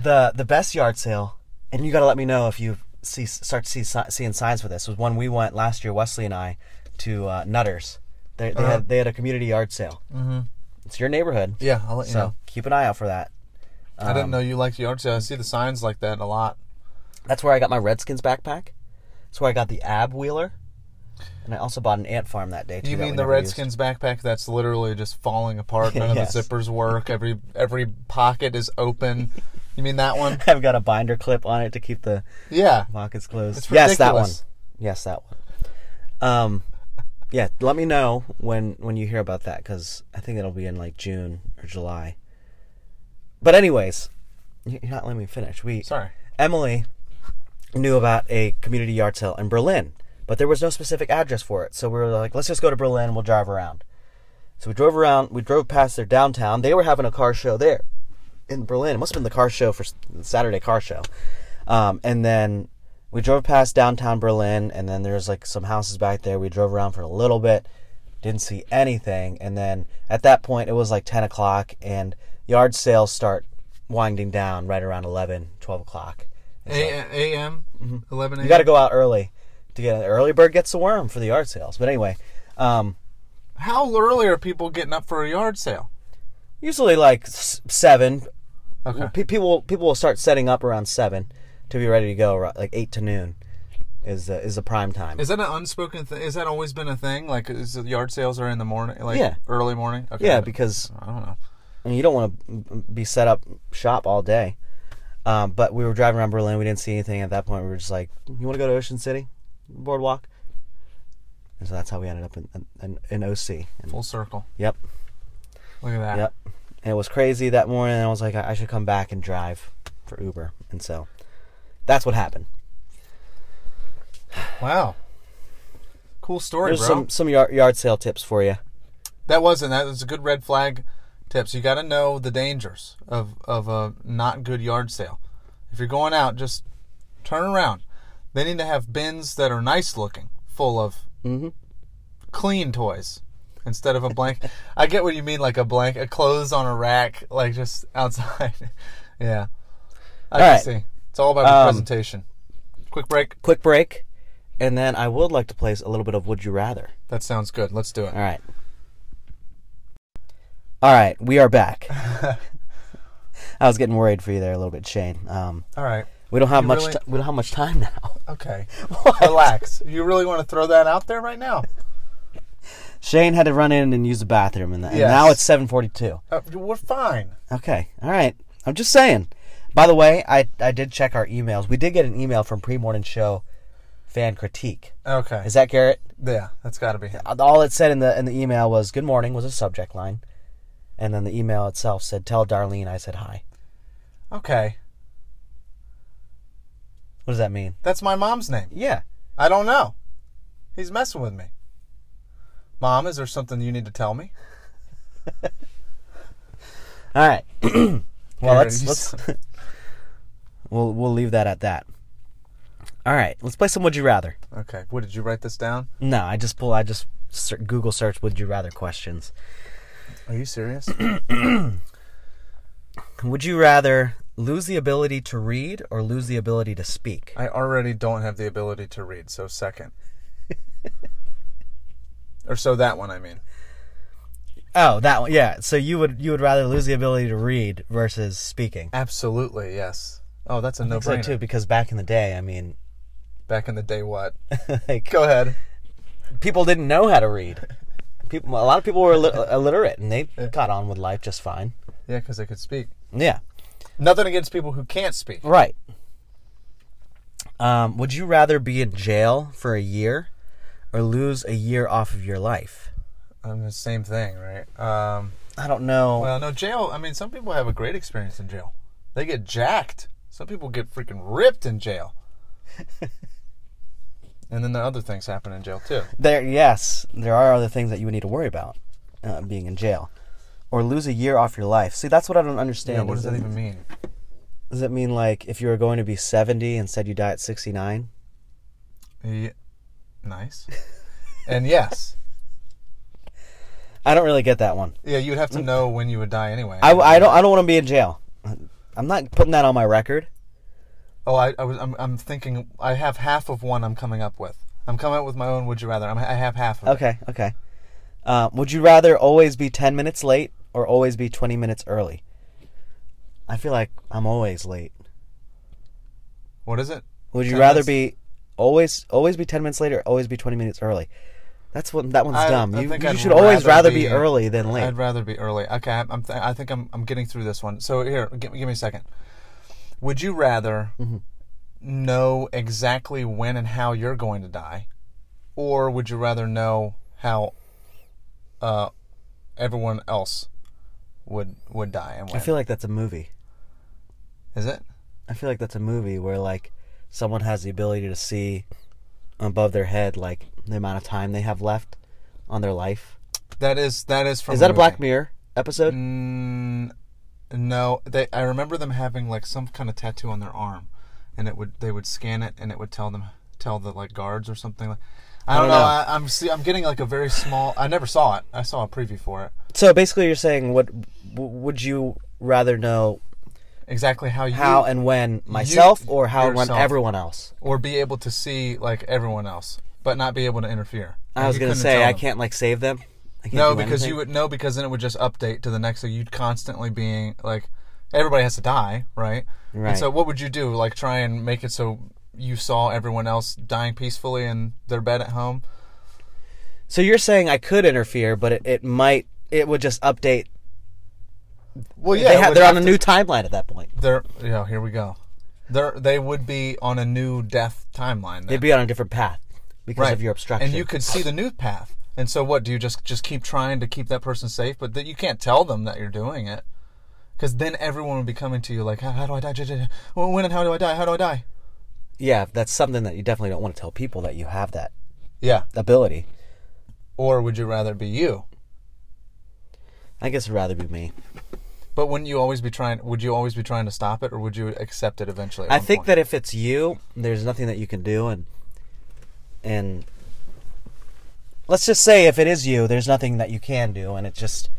Speaker 1: The the best yard sale, and you gotta let me know if you see start to see si- seeing signs for this. Was one we went last year, Wesley and I, to uh, Nutters. They, they had they had a community yard sale. Mm-hmm. It's your neighborhood,
Speaker 2: Uh-huh. Yeah, I'll let you
Speaker 1: so um,
Speaker 2: know.
Speaker 1: keep an eye out for that.
Speaker 2: I didn't know you liked yard sale. I see the signs like that a lot.
Speaker 1: That's where I got my Redskins backpack. It's where I got the ab wheeler, and I also bought an ant farm that day. Too,
Speaker 2: You
Speaker 1: that we
Speaker 2: mean the
Speaker 1: never used.
Speaker 2: Redskins backpack that's literally just falling apart? None
Speaker 1: Yes.
Speaker 2: of the zippers work. Every every pocket is open. You mean that one?
Speaker 1: I've got a binder clip on it to keep the
Speaker 2: Yeah.
Speaker 1: pockets closed.
Speaker 2: It's
Speaker 1: yes, that one.
Speaker 2: ridiculous.
Speaker 1: Yes, that one. Um, yeah. Let me know when when you hear about that because I think it'll be in like June or July. But anyways, y- you're not letting me finish. We
Speaker 2: Sorry.
Speaker 1: Emily knew about a community yard sale in Berlin, but there was no specific address for it. So we were like, let's just go to Berlin. We'll drive around. So we drove around. We drove past their downtown. They were having a car show there in Berlin. It must have been the car show for s- the Saturday car show. Um, and then we drove past downtown Berlin, and then there's like some houses back there. We drove around for a little bit, didn't see anything. And then at that point, it was like 10 o'clock, and yard sales start winding down right around 11, 12 o'clock.
Speaker 2: A- A.M. Eleven A.M.
Speaker 1: Mm-hmm. You got to go out early to get an early bird gets the worm for the yard sales. But anyway, um,
Speaker 2: How early are people getting up for a yard sale?
Speaker 1: usually like s- seven.
Speaker 2: Okay.
Speaker 1: Pe- people people will start setting up around seven to be ready to go. ar- Like eight to noon is the, is the prime time.
Speaker 2: Is that an unspoken thing? Is that always been a thing? Like, is the yard sales are in the morning, like
Speaker 1: Yeah.
Speaker 2: early morning? Okay.
Speaker 1: yeah, because
Speaker 2: I don't know.
Speaker 1: I mean, you don't want to be set up shop all day. Um, but we were driving around Berlin. We didn't see anything at that point. We were just like, "You want to go to Ocean City Boardwalk?" And so that's how we ended up in in, in OC. And,
Speaker 2: Full circle.
Speaker 1: yep.
Speaker 2: Look at that.
Speaker 1: Yep. And it was crazy that morning. And I was like, I I should come back and drive for Uber. And so that's what happened.
Speaker 2: Wow. Cool story,
Speaker 1: There's
Speaker 2: bro.
Speaker 1: some, some yard, yard sale tips for you.
Speaker 2: That wasn't. That was a good red flag tips. You got to know the dangers of of a not good yard sale. If you're going out, just turn around. They need to have bins that are nice looking, full of
Speaker 1: Mhm.
Speaker 2: clean toys instead of a blank. I get what you mean, like a blank, a clothes on a rack, like just outside. yeah, I
Speaker 1: All
Speaker 2: can
Speaker 1: right.
Speaker 2: see. It's all about the
Speaker 1: Um,
Speaker 2: presentation. Quick break.
Speaker 1: Quick break. And then I would like to place a little bit of Would You Rather.
Speaker 2: That sounds good. Let's do it.
Speaker 1: All right. All right. We are back. I was getting worried for you there a little bit, Shane. Um,
Speaker 2: All right.
Speaker 1: we don't have
Speaker 2: You
Speaker 1: much.
Speaker 2: really-
Speaker 1: ti- we don't have much time now.
Speaker 2: Okay. Relax. You really want to throw that out there right now?
Speaker 1: Shane had to run in and use the bathroom, and, and
Speaker 2: Yes.
Speaker 1: now it's seven forty-two.
Speaker 2: Uh, we're fine.
Speaker 1: Okay. All right. I'm just saying. By the way, I, I did check our emails. We did get an email from Pre Morning Show fan critique.
Speaker 2: Okay.
Speaker 1: Is that Garrett?
Speaker 2: yeah, that's got to be him.
Speaker 1: uh, All it said in the in the email was "Good morning" was a subject line, and then the email itself said "Tell Darlene I said hi."
Speaker 2: Okay.
Speaker 1: What does that mean?
Speaker 2: That's my mom's name.
Speaker 1: Yeah.
Speaker 2: I don't know. He's messing with me. Mom, is there something you need to tell me?
Speaker 1: All right. well,
Speaker 2: Garrett,
Speaker 1: let's
Speaker 2: you
Speaker 1: let's
Speaker 2: son-
Speaker 1: we'll we'll leave that at that. All right. Let's play some "Would You Rather."
Speaker 2: Okay. What did you write this down?
Speaker 1: No, I just pull. I just ser- Google search "Would You Rather" questions.
Speaker 2: Are you serious?
Speaker 1: Would you rather lose the ability to read or lose the ability to speak?
Speaker 2: I already don't have the ability to read, so second. or so that one, I mean.
Speaker 1: Oh, that one. Yeah. So you would you would rather lose the ability to read versus speaking?
Speaker 2: Absolutely, yes. Oh, that's a
Speaker 1: I think so
Speaker 2: no-brainer.
Speaker 1: too, because back in the day, I mean,
Speaker 2: Back in the day, what?
Speaker 1: like
Speaker 2: Go ahead.
Speaker 1: people didn't know how to read. People, a lot of people were illi- illiterate, and they got on with life just fine.
Speaker 2: Yeah, because I could speak.
Speaker 1: Yeah.
Speaker 2: Nothing against people who can't speak.
Speaker 1: Right. Um, would you rather be in jail for a year or lose a year off of your life?
Speaker 2: I'm the same thing, right? Um,
Speaker 1: I don't know.
Speaker 2: Well, no, jail. I mean, some people have a great experience in jail. They get jacked. Some people get freaking ripped in jail. and then the other things happen in jail too.
Speaker 1: There, yes, there are other things that you would need to worry about uh, being in jail, or lose a year off your life. See, that's what I don't understand.
Speaker 2: Yeah, what does
Speaker 1: is
Speaker 2: that
Speaker 1: it-
Speaker 2: even mean?
Speaker 1: Does it mean like if you were going to be seventy and said you die at sixty nine?
Speaker 2: Ye- nice. and yes,
Speaker 1: I don't really get that one.
Speaker 2: yeah, you'd have to know when you would die anyway.
Speaker 1: I, I don't I don't want to be in jail. I'm not putting that on my record.
Speaker 2: Oh, I, I was. I'm, I'm thinking. I have half of one. I'm coming up with. I'm coming up with my own. Would you rather? I'm, I have half of. it.
Speaker 1: Okay, okay. Uh, would you rather always be ten minutes late or always be twenty minutes early? I feel like I'm always late.
Speaker 2: What is it?
Speaker 1: Would you
Speaker 2: 10
Speaker 1: rather
Speaker 2: minutes?
Speaker 1: be Always, always be ten minutes late or always be twenty minutes early. That's what that one's
Speaker 2: I-
Speaker 1: dumb.
Speaker 2: I
Speaker 1: you
Speaker 2: think
Speaker 1: you
Speaker 2: I'd
Speaker 1: should always
Speaker 2: rather
Speaker 1: rather be,
Speaker 2: be-
Speaker 1: early than late.
Speaker 2: I'd rather be early. Okay, I'm, I'm th- I think I'm, I'm getting through this one. So here, give, give me a second. Would you rather
Speaker 1: Mm-hmm.
Speaker 2: know exactly when and how you're going to die, or would you rather know how uh, everyone else would would die and when?
Speaker 1: I feel like that's a movie.
Speaker 2: Is it?
Speaker 1: I feel like that's a movie where like someone has the ability to see above their head like the amount of time they have left on their life.
Speaker 2: That is that is from.
Speaker 1: Is that a
Speaker 2: movie.
Speaker 1: Black Mirror episode?
Speaker 2: Mm, no, they. I remember them having like some kind of tattoo on their arm, and it would they would scan it and it would tell them tell the like guards or something. Like, I don't,
Speaker 1: don't
Speaker 2: know.
Speaker 1: know.
Speaker 2: I, I'm see, I'm getting like a very small. I never saw it. I saw a preview for it.
Speaker 1: So basically, you're saying what w- would you rather know
Speaker 2: Exactly how you
Speaker 1: how and when myself or how and when
Speaker 2: yourself.
Speaker 1: everyone else?
Speaker 2: or be able to see like everyone else, but not be able to interfere.
Speaker 1: I
Speaker 2: Like,
Speaker 1: was
Speaker 2: you
Speaker 1: gonna
Speaker 2: couldn't
Speaker 1: say
Speaker 2: tell
Speaker 1: I
Speaker 2: them.
Speaker 1: can't like save them. I can't
Speaker 2: No,
Speaker 1: do
Speaker 2: because you
Speaker 1: anything.
Speaker 2: would no, because then it would just update to the next. So you'd constantly being like, everybody has to die, right?
Speaker 1: Right.
Speaker 2: And so what would you do? Like try and make it so you saw everyone else dying peacefully in their bed at home.
Speaker 1: So you're saying I could interfere, but it, it might it would just update.
Speaker 2: Well,
Speaker 1: they ha- they're on a new timeline at that point.
Speaker 2: They're yeah. Here we go. They're they would be on a new death timeline. Then.
Speaker 1: They'd be on a different path because
Speaker 2: right.
Speaker 1: of your obstruction.
Speaker 2: and you could see the new path. And so what do you just just keep trying to keep that person safe, but that you can't tell them that you're doing it, because then everyone would be coming to you like, how, how do I die? Well, When and how do I die? How do I die?
Speaker 1: yeah, that's something that you definitely don't want to tell people that you have that
Speaker 2: Yeah.
Speaker 1: ability.
Speaker 2: Or would you rather be you?
Speaker 1: I guess it'd rather be me.
Speaker 2: But wouldn't you always be trying? Would you always be trying to stop it, or would you accept it eventually? at
Speaker 1: I
Speaker 2: one
Speaker 1: think
Speaker 2: point?
Speaker 1: that if it's you, there's nothing that you can do, and and let's just say if it is you, there's nothing that you can do, and it just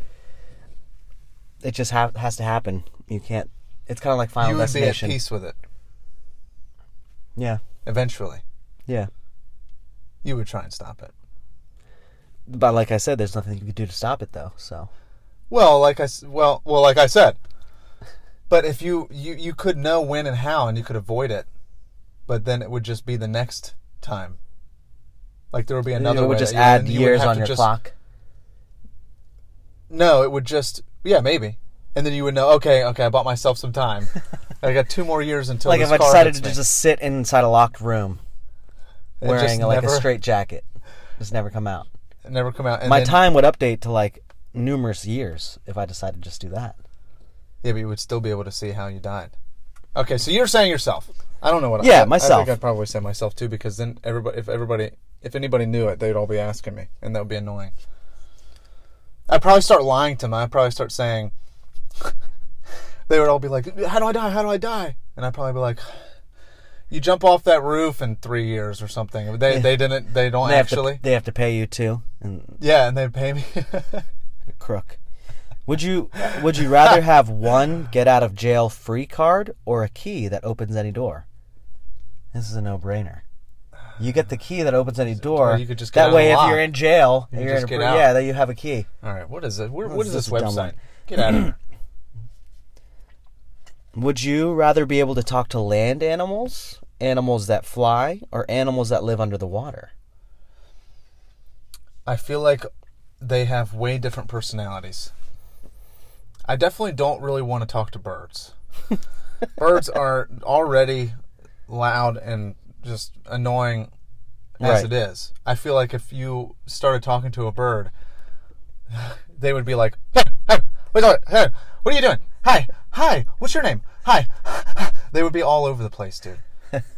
Speaker 1: it just ha- has to happen. You can't. It's kind of like Final
Speaker 2: you would be at
Speaker 1: Destination.
Speaker 2: peace with it
Speaker 1: Yeah,
Speaker 2: eventually.
Speaker 1: yeah.
Speaker 2: You would try and stop it.
Speaker 1: But like I said, there's nothing you can do to stop it, though. So
Speaker 2: Well, like I s- well well like I said, but if you you you could know when and how, and you could avoid it, but then it would just be the next time. Like there would be another.
Speaker 1: it would
Speaker 2: way
Speaker 1: just
Speaker 2: that you- and
Speaker 1: add
Speaker 2: you would
Speaker 1: years
Speaker 2: have
Speaker 1: on
Speaker 2: to
Speaker 1: your
Speaker 2: just-
Speaker 1: clock.
Speaker 2: No, it would just yeah maybe, and then you would know okay okay I bought myself some time. I got two more years until
Speaker 1: Like
Speaker 2: this
Speaker 1: if I
Speaker 2: car
Speaker 1: decided
Speaker 2: hits
Speaker 1: to
Speaker 2: me.
Speaker 1: just sit inside a locked room,
Speaker 2: It just
Speaker 1: wearing like
Speaker 2: never-
Speaker 1: a straight jacket, just never come out.
Speaker 2: never come out. And
Speaker 1: My
Speaker 2: then-
Speaker 1: time would update to like numerous years if I decided to just do that.
Speaker 2: Yeah, but you would still be able to see how you died. Okay, so you're saying yourself. I don't know what.
Speaker 1: Yeah,
Speaker 2: I, I
Speaker 1: myself.
Speaker 2: think I'd probably say myself too, because then everybody, if everybody, if anybody knew it, they'd all be asking me, and that would be annoying. I'd probably start lying to them. I'd probably start saying. they would all be like, "How do I die? How do I die?" And I'd probably be like. You jump off that roof in three years or something. They they didn't. They don't
Speaker 1: They have,
Speaker 2: actually.
Speaker 1: to, they have to pay you too, and
Speaker 2: yeah, and they'd pay me.
Speaker 1: crook. Would you would you rather have one get out of jail free card or a key that opens any door? This is a no brainer. You get the key that opens any door.
Speaker 2: you could just get
Speaker 1: that way,
Speaker 2: out
Speaker 1: if
Speaker 2: and
Speaker 1: you're
Speaker 2: lock.
Speaker 1: in jail, you
Speaker 2: can
Speaker 1: are
Speaker 2: just
Speaker 1: in a,
Speaker 2: get
Speaker 1: pr-
Speaker 2: out.
Speaker 1: yeah, that you have a key.
Speaker 2: all right, what is it? What, what
Speaker 1: This
Speaker 2: is
Speaker 1: is
Speaker 2: this
Speaker 1: a dumb
Speaker 2: website?
Speaker 1: one.
Speaker 2: Get out of here.
Speaker 1: Would you rather be able to talk to land animals, animals that fly, or animals that live under the water?
Speaker 2: I feel like they have way different personalities. I definitely don't really want to talk to birds. birds are already loud and just annoying as
Speaker 1: Right.
Speaker 2: it is. I feel like if you started talking to a bird, they would be like, "Hey, hey, what's up? Hey, what are you doing? Hi, hi, what's your name? Hi." they would be all over the place, dude.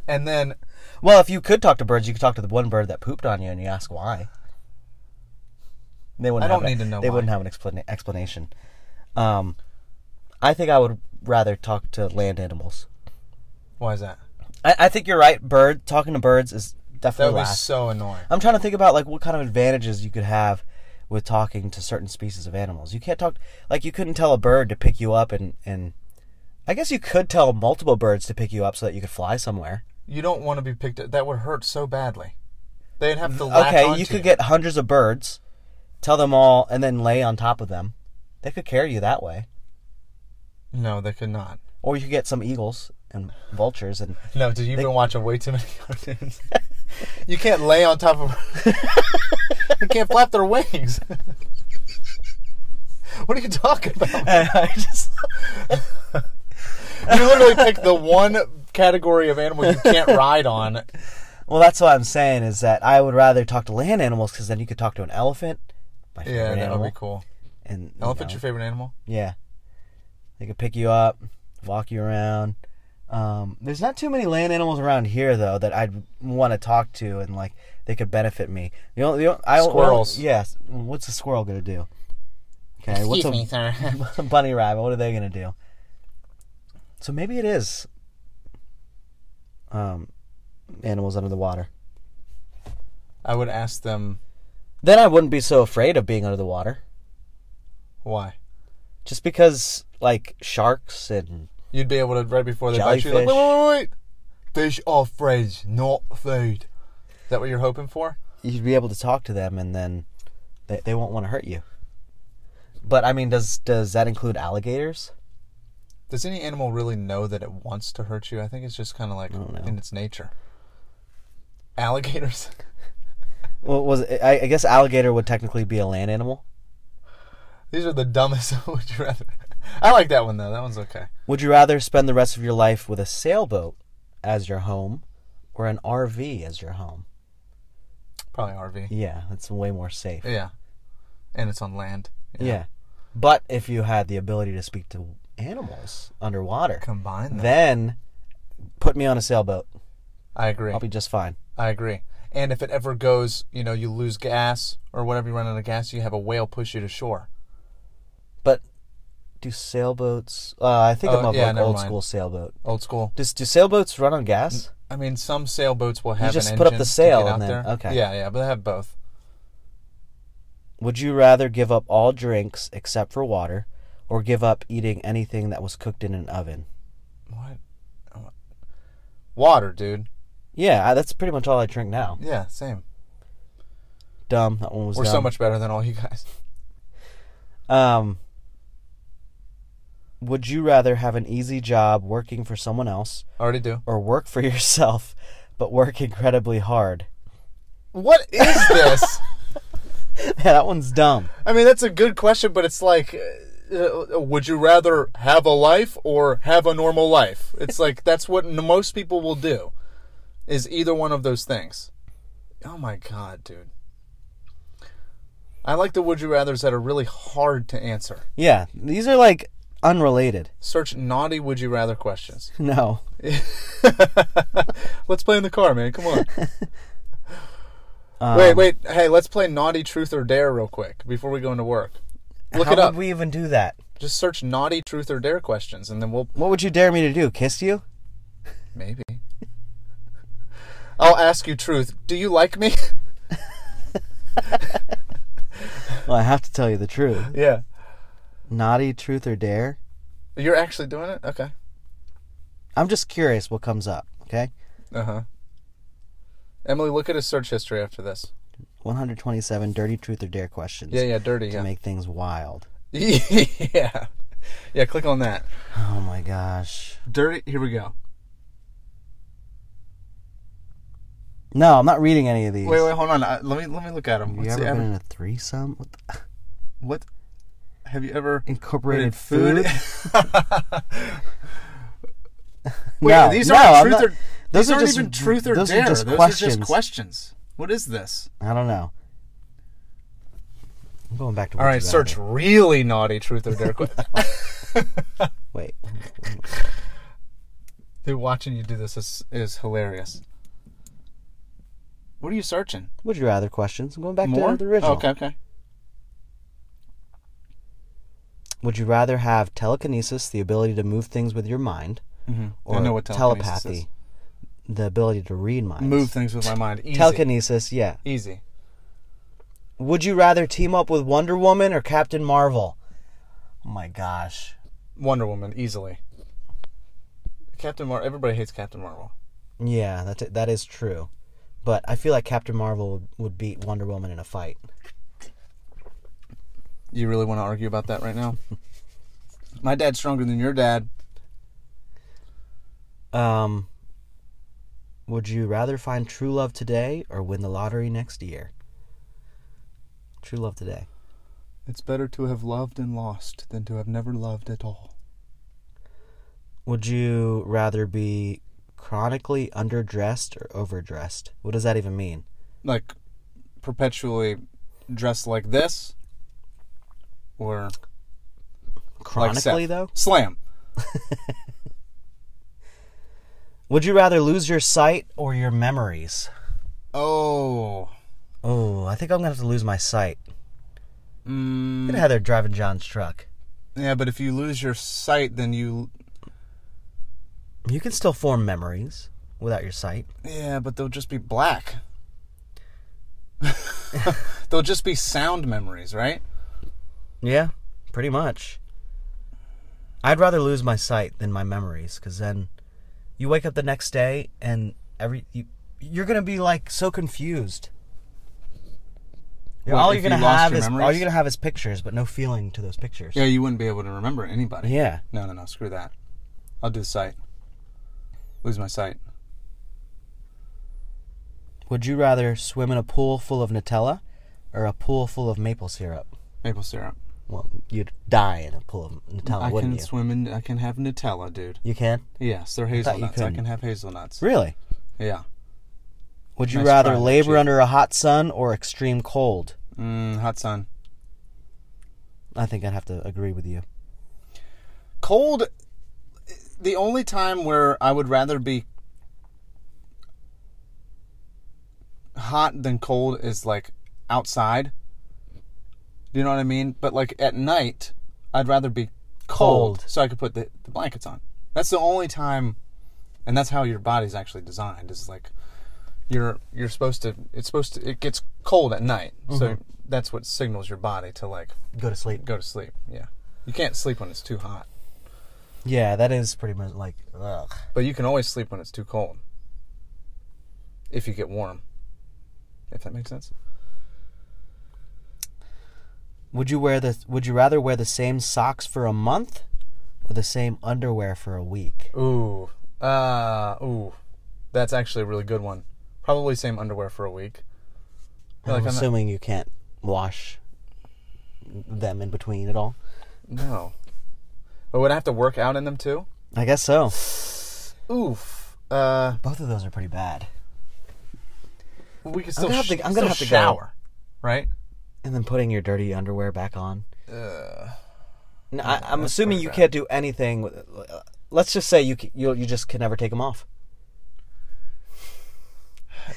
Speaker 2: And then
Speaker 1: Well, if you could talk to birds, you could talk to the one bird that pooped on you, and you ask why. They wouldn't.
Speaker 2: I
Speaker 1: have
Speaker 2: don't
Speaker 1: a-
Speaker 2: need to know
Speaker 1: They
Speaker 2: why.
Speaker 1: wouldn't have an explana- explanation. Um, I think I would rather talk to land animals.
Speaker 2: why is that?
Speaker 1: I, I think you're right. Bird talking to birds is
Speaker 2: That
Speaker 1: definitely
Speaker 2: would be
Speaker 1: last.
Speaker 2: so annoying.
Speaker 1: I'm trying to think about like what kind of advantages you could have with talking to certain species of animals. You can't talk like you couldn't tell a bird to pick you up and and I guess you could tell multiple birds to pick you up so that you could fly somewhere.
Speaker 2: You don't want to be picked up. That would hurt so badly. They'd have to latch
Speaker 1: Mm, Okay,
Speaker 2: onto
Speaker 1: you could get hundreds of birds, tell them all and then lay on top of them. They could carry you that way.
Speaker 2: No, they could not.
Speaker 1: Or you could get some eagles and vultures and
Speaker 2: No, dude, you've been watching way too many cartoons. You can't lay on top of. they can't flap their wings. what are you talking about?
Speaker 1: And I just
Speaker 2: You literally picked the one category of animal you can't ride on.
Speaker 1: well, that's what I'm saying is that I would rather talk to land animals because then you could talk to an elephant. My favorite
Speaker 2: Yeah, that
Speaker 1: animal.
Speaker 2: would be cool.
Speaker 1: And you
Speaker 2: Elephant's
Speaker 1: know,
Speaker 2: your favorite animal?
Speaker 1: yeah, they could pick you up, walk you around. Um, there's not too many land animals around here though that I'd want to talk to and like they could benefit me. The only, the only I,
Speaker 2: Squirrels.
Speaker 1: Yes. What's a squirrel gonna do? Okay. what's a,
Speaker 2: sir.
Speaker 1: bunny rabbit. What are they gonna do? So maybe it is. Um, animals under the water.
Speaker 2: I would ask them
Speaker 1: Then I wouldn't be so afraid of being under the water,
Speaker 2: why.
Speaker 1: just because like sharks and
Speaker 2: You'd be able to right before they bite you.
Speaker 1: Jellyfish.
Speaker 2: Like, wait, wait, wait, wait. Fish are friends, not food. Is that what you're hoping for?
Speaker 1: you'd be able to talk to them, and then they they won't want to hurt you. But I mean, does does that include alligators?
Speaker 2: Does any animal really know that it wants to hurt you? I think it's just kind of like
Speaker 1: don't know.
Speaker 2: in its nature. Alligators.
Speaker 1: Well, was it, I, I guess alligator would technically be a land animal.
Speaker 2: These are the dumbest. Would you rather? I like that one though. That one's okay.
Speaker 1: Would you rather spend the rest of your life with a sailboat as your home, or an RV as your home?
Speaker 2: Probably RV.
Speaker 1: Yeah, that's way more safe.
Speaker 2: Yeah. And it's on land.
Speaker 1: Yeah. But if you had the ability to speak to animals underwater,
Speaker 2: Combine them.
Speaker 1: then put me on a sailboat.
Speaker 2: I agree.
Speaker 1: I'll be just fine.
Speaker 2: I agree. And if it ever goes, you know, you lose gas or whatever, you run out of gas, you have a whale push you to shore.
Speaker 1: But do sailboats? Uh, I think
Speaker 2: Oh,
Speaker 1: I'm of
Speaker 2: yeah,
Speaker 1: like
Speaker 2: never
Speaker 1: old
Speaker 2: mind.
Speaker 1: school sailboat.
Speaker 2: Old school.
Speaker 1: Does do sailboats run on gas?
Speaker 2: I mean, some sailboats will have.
Speaker 1: just
Speaker 2: an
Speaker 1: put up
Speaker 2: engine
Speaker 1: the
Speaker 2: to
Speaker 1: sail and
Speaker 2: get out
Speaker 1: then-
Speaker 2: there.
Speaker 1: okay.
Speaker 2: Yeah, yeah, but they have both.
Speaker 1: Would you rather give up all drinks except for water, or give up eating anything that was cooked in an oven?
Speaker 2: What? Water, dude.
Speaker 1: Yeah, I, that's pretty much all I drink now.
Speaker 2: Yeah, same.
Speaker 1: Dumb. That one was.
Speaker 2: We're so
Speaker 1: dumb.
Speaker 2: much better than all you guys.
Speaker 1: Um, would you rather have an easy job working for someone else
Speaker 2: Already do.
Speaker 1: or work for yourself but work incredibly hard?
Speaker 2: What is this?
Speaker 1: yeah, that one's dumb.
Speaker 2: I mean, that's a good question, but it's like, uh, uh, would you rather have a life or have a normal life? It's like that's what n- most people will do, is either one of those things. Oh my god, dude! I like the would you rather's that are really hard to answer.
Speaker 1: Yeah, these are like unrelated.
Speaker 2: Search naughty would you rather questions.
Speaker 1: No.
Speaker 2: Let's play in the car, man. Come on.
Speaker 1: Um,
Speaker 2: wait, wait. Hey, let's play naughty truth or dare real quick before we go into work. Look
Speaker 1: How
Speaker 2: it up.
Speaker 1: would we even do that?
Speaker 2: Just search naughty truth or dare questions, and then we'll
Speaker 1: What would you dare me to do? Kiss you?
Speaker 2: Maybe. I'll ask you truth. Do you like me?
Speaker 1: Well, I have to tell you the truth.
Speaker 2: yeah.
Speaker 1: Naughty truth or dare?
Speaker 2: You're actually doing it? Okay.
Speaker 1: I'm just curious what comes up, okay?
Speaker 2: Uh huh. Emily, look at his search history after this.
Speaker 1: 127 dirty truth or dare questions
Speaker 2: Yeah, yeah, dirty,
Speaker 1: to
Speaker 2: yeah.
Speaker 1: make things wild.
Speaker 2: yeah. Yeah, click on that.
Speaker 1: Oh my gosh.
Speaker 2: Dirty, here we go.
Speaker 1: No, I'm not reading any of these.
Speaker 2: Wait, wait, hold on. I, let me let me look at him.
Speaker 1: Have you
Speaker 2: What's
Speaker 1: ever
Speaker 2: the
Speaker 1: been
Speaker 2: average-
Speaker 1: in a threesome? What the-
Speaker 2: what have you ever
Speaker 1: Incorporated
Speaker 2: eaten food?
Speaker 1: food?
Speaker 2: Wait,
Speaker 1: no,
Speaker 2: these
Speaker 1: no,
Speaker 2: aren't
Speaker 1: I'm
Speaker 2: truth
Speaker 1: not-
Speaker 2: or
Speaker 1: those
Speaker 2: these
Speaker 1: are
Speaker 2: aren't
Speaker 1: just,
Speaker 2: even truth or
Speaker 1: those
Speaker 2: dare.
Speaker 1: Are just
Speaker 2: those
Speaker 1: questions.
Speaker 2: are just questions. What is this?
Speaker 1: I don't know. I'm going back to.
Speaker 2: All
Speaker 1: Would
Speaker 2: right,
Speaker 1: You
Speaker 2: search
Speaker 1: Rather.
Speaker 2: really naughty truth or dare. que-
Speaker 1: Wait,
Speaker 2: Dude, watching you do this is, is hilarious. What are you searching?
Speaker 1: would you rather questions? I'm going back
Speaker 2: More?
Speaker 1: to
Speaker 2: Oh,
Speaker 1: the original.
Speaker 2: Okay, okay.
Speaker 1: Would you rather have telekinesis, the ability to move things with your mind,
Speaker 2: Mm-hmm.
Speaker 1: or
Speaker 2: I know what telekinesis
Speaker 1: telepathy, the ability to read
Speaker 2: is.
Speaker 1: minds?
Speaker 2: Move things with my mind. Easy.
Speaker 1: Telekinesis, yeah.
Speaker 2: Easy.
Speaker 1: Would you rather team up with Wonder Woman or Captain Marvel? Oh my gosh.
Speaker 2: Wonder Woman, easily. Captain Marvel. Everybody hates Captain Marvel.
Speaker 1: Yeah, that's it. that is true. But I feel like Captain Marvel would, would beat Wonder Woman in a fight.
Speaker 2: You really want to argue about that right now? my dad's stronger than your dad.
Speaker 1: Um, Would you rather find true love today or win the lottery next year? True love today.
Speaker 2: It's better to have loved and lost than to have never loved at all.
Speaker 1: Would you rather be chronically underdressed or overdressed? What does that even mean?
Speaker 2: Like, perpetually dressed like this, or like Seth.
Speaker 1: Chronically, though?
Speaker 2: Slam.
Speaker 1: Would you rather lose your sight or your memories?
Speaker 2: Oh.
Speaker 1: Oh, I think I'm going to have to lose my sight.
Speaker 2: Mm,
Speaker 1: Look at how they're driving John's truck.
Speaker 2: yeah, but if you lose your sight, then you.
Speaker 1: You can still form memories without your sight.
Speaker 2: Yeah, but they'll just be black. they'll just be sound memories, right?
Speaker 1: Yeah, pretty much. I'd rather lose my sight than my memories, because then you wake up the next day and every you, you're gonna be like so confused.
Speaker 2: What,
Speaker 1: all
Speaker 2: if
Speaker 1: you're gonna
Speaker 2: you lost
Speaker 1: have
Speaker 2: your
Speaker 1: is all
Speaker 2: memories?
Speaker 1: you're gonna have is pictures, but no feeling to those pictures.
Speaker 2: Yeah, you wouldn't be able to remember anybody.
Speaker 1: Yeah.
Speaker 2: No, no, no. Screw that. I'll do the sight. Lose my sight.
Speaker 1: Would you rather swim in a pool full of Nutella or a pool full of maple syrup?
Speaker 2: Maple syrup.
Speaker 1: Well, you'd die in a pool of Nutella,
Speaker 2: I
Speaker 1: Oh, wouldn't
Speaker 2: can
Speaker 1: you?
Speaker 2: swim in. I can have Nutella, dude.
Speaker 1: you can.
Speaker 2: Yes, they're
Speaker 1: thought you
Speaker 2: hazelnuts. I
Speaker 1: couldn't.
Speaker 2: can have hazelnuts.
Speaker 1: Really?
Speaker 2: Yeah.
Speaker 1: Would you
Speaker 2: Nice
Speaker 1: rather
Speaker 2: try,
Speaker 1: labor
Speaker 2: Chief.
Speaker 1: under a hot sun or extreme cold?
Speaker 2: Mm, hot sun.
Speaker 1: I think I'd have to agree with you.
Speaker 2: Cold. The only time where I would rather be hot than cold is like outside. Do you know what I mean? But like at night, I'd rather be cold,
Speaker 1: Cold.
Speaker 2: so I could put the, the blankets on. That's the only time, and that's how your body's actually designed. Is like you're you're supposed to. It's supposed to. It gets cold at night, so that's what signals your body to like
Speaker 1: Go to sleep.
Speaker 2: go to sleep. Yeah, you can't sleep when it's too hot,
Speaker 1: Yeah, that is pretty much like ugh.
Speaker 2: but you can always sleep when it's too cold. If you get warm, if that makes sense.
Speaker 1: Would you wear the would you rather wear the same socks for a month or the same underwear for a week?
Speaker 2: Ooh, uh, ooh, that's actually a really good one. Probably same underwear for a week. Like,
Speaker 1: I'm
Speaker 2: I'm not-
Speaker 1: assuming you can't wash them in between at all.
Speaker 2: No, but would I have to work out in them too?
Speaker 1: I guess so.
Speaker 2: Oof. Uh,
Speaker 1: Both of those are pretty bad.
Speaker 2: we can still.
Speaker 1: gonna have
Speaker 2: sh-
Speaker 1: to- I'm
Speaker 2: still
Speaker 1: gonna have to go.
Speaker 2: shower, right?
Speaker 1: And then putting your dirty underwear back on.
Speaker 2: Uh,
Speaker 1: No, I, I'm
Speaker 2: that's
Speaker 1: assuming
Speaker 2: pretty
Speaker 1: you
Speaker 2: bad.
Speaker 1: can't do anything. With, let's just say you c- you you just can never take them off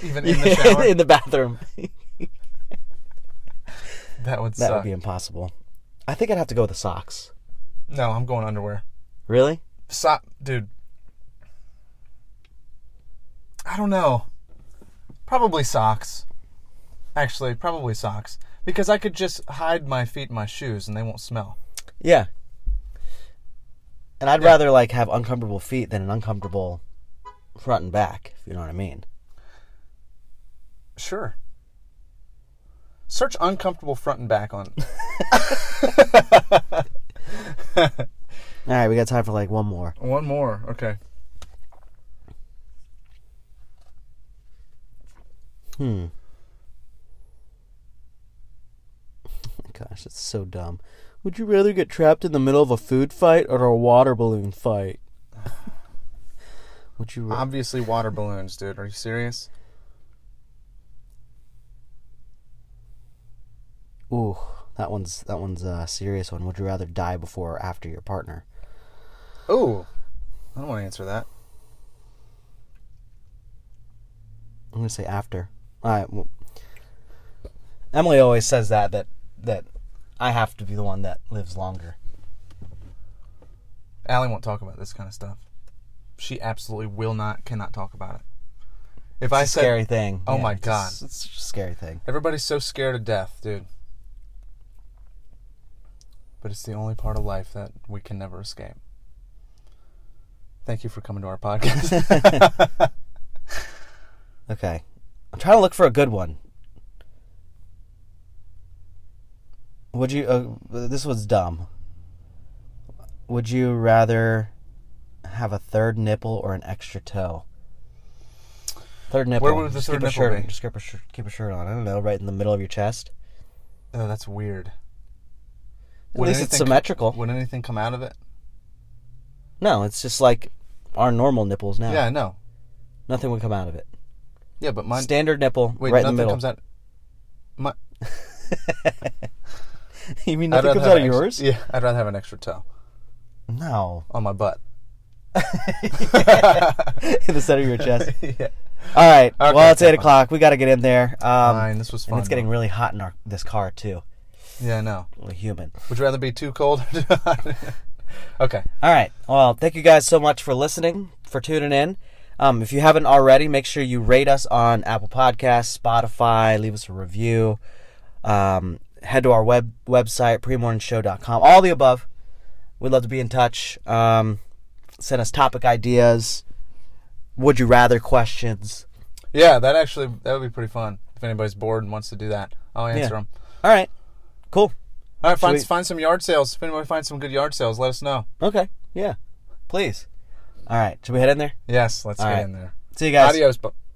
Speaker 2: Even in the shower,
Speaker 1: in the bathroom.
Speaker 2: that would
Speaker 1: that
Speaker 2: suck.
Speaker 1: would be impossible. I think I'd have to go with the socks.
Speaker 2: no, I'm going underwear.
Speaker 1: Really?
Speaker 2: Stop, dude. I don't know. Probably socks. Actually, probably socks because I could just hide my feet in my shoes and they won't smell.
Speaker 1: Yeah. And I'd rather like have uncomfortable feet than an uncomfortable front and back, if you know what I mean.
Speaker 2: Sure. Search uncomfortable front and back on.
Speaker 1: All right, we got time for like one more.
Speaker 2: One more. Okay.
Speaker 1: Hmm. Gosh, that's so dumb. Would you rather get trapped in the middle of a food fight or a water balloon fight? Would you? ra-
Speaker 2: Obviously, water balloons, dude. Are you serious?
Speaker 1: Ooh, that one's that one's a serious one. Would you rather die before or after your partner?
Speaker 2: Ooh. I don't want to answer that.
Speaker 1: I'm gonna say after. All right. Well, Emily always says that that that I have to be the one that lives longer.
Speaker 2: Allie won't talk about this kind of stuff. She absolutely will not, cannot talk about it. If I
Speaker 1: It's a
Speaker 2: said
Speaker 1: scary thing.
Speaker 2: Oh my
Speaker 1: it's-
Speaker 2: God.
Speaker 1: it's, a scary thing.
Speaker 2: Everybody's so scared of death, dude. But it's the only part of life that we can never escape. Thank you for coming to our podcast.
Speaker 1: Okay, I'm trying to look for a good one. Would you? Uh, this was dumb. Would you rather have a third nipple or an extra toe? Third nipple.
Speaker 2: would the
Speaker 1: Just
Speaker 2: third
Speaker 1: keep a
Speaker 2: nipple
Speaker 1: shirt,
Speaker 2: be?
Speaker 1: Just keep a, shirt, keep a shirt on. I don't know, right in the middle of your chest.
Speaker 2: Oh, that's weird.
Speaker 1: At
Speaker 2: Would
Speaker 1: least it's
Speaker 2: anything-
Speaker 1: symmetrical.
Speaker 2: Would anything come out of it?
Speaker 1: No, it's just like our normal nipples now.
Speaker 2: Yeah, I know.
Speaker 1: Nothing would come out of it.
Speaker 2: Yeah, but mine.
Speaker 1: Standard nipple,
Speaker 2: wait,
Speaker 1: right in the middle.
Speaker 2: nothing comes out. My,
Speaker 1: you mean
Speaker 2: I'd
Speaker 1: nothing
Speaker 2: rather
Speaker 1: comes
Speaker 2: have
Speaker 1: out of
Speaker 2: an
Speaker 1: yours?
Speaker 2: extra- yeah, I'd rather have an extra toe
Speaker 1: No.
Speaker 2: on my butt.
Speaker 1: in the center of your chest.
Speaker 2: yeah.
Speaker 1: All right.
Speaker 2: Okay,
Speaker 1: well, it's
Speaker 2: okay,
Speaker 1: eight
Speaker 2: fine.
Speaker 1: o'clock. We got to get in there. Um,
Speaker 2: Fine, this was fun.
Speaker 1: and it's getting really hot in our this car too.
Speaker 2: Yeah, I know.
Speaker 1: We're human.
Speaker 2: Would you rather be too cold or too hot? okay.
Speaker 1: All right. Well, thank you guys so much for listening, for tuning in. Um, if you haven't already, make sure you rate us on Apple Podcasts, Spotify, leave us a review. Um, head to our web website, premorningshow.com, all the above. We'd love to be in touch. Um, send us topic ideas, would you rather questions.
Speaker 2: Yeah, that actually that would be pretty fun. If anybody's bored and wants to do that, I'll answer them.
Speaker 1: All right. Cool.
Speaker 2: All right, find
Speaker 1: we-
Speaker 2: find some yard sales. If anybody finds some good yard sales, let us know.
Speaker 1: Okay. Yeah. Please. All right. Should we head in there?
Speaker 2: Yes, let's
Speaker 1: All
Speaker 2: get
Speaker 1: right.
Speaker 2: in there.
Speaker 1: See you guys.
Speaker 2: Adios. Bu-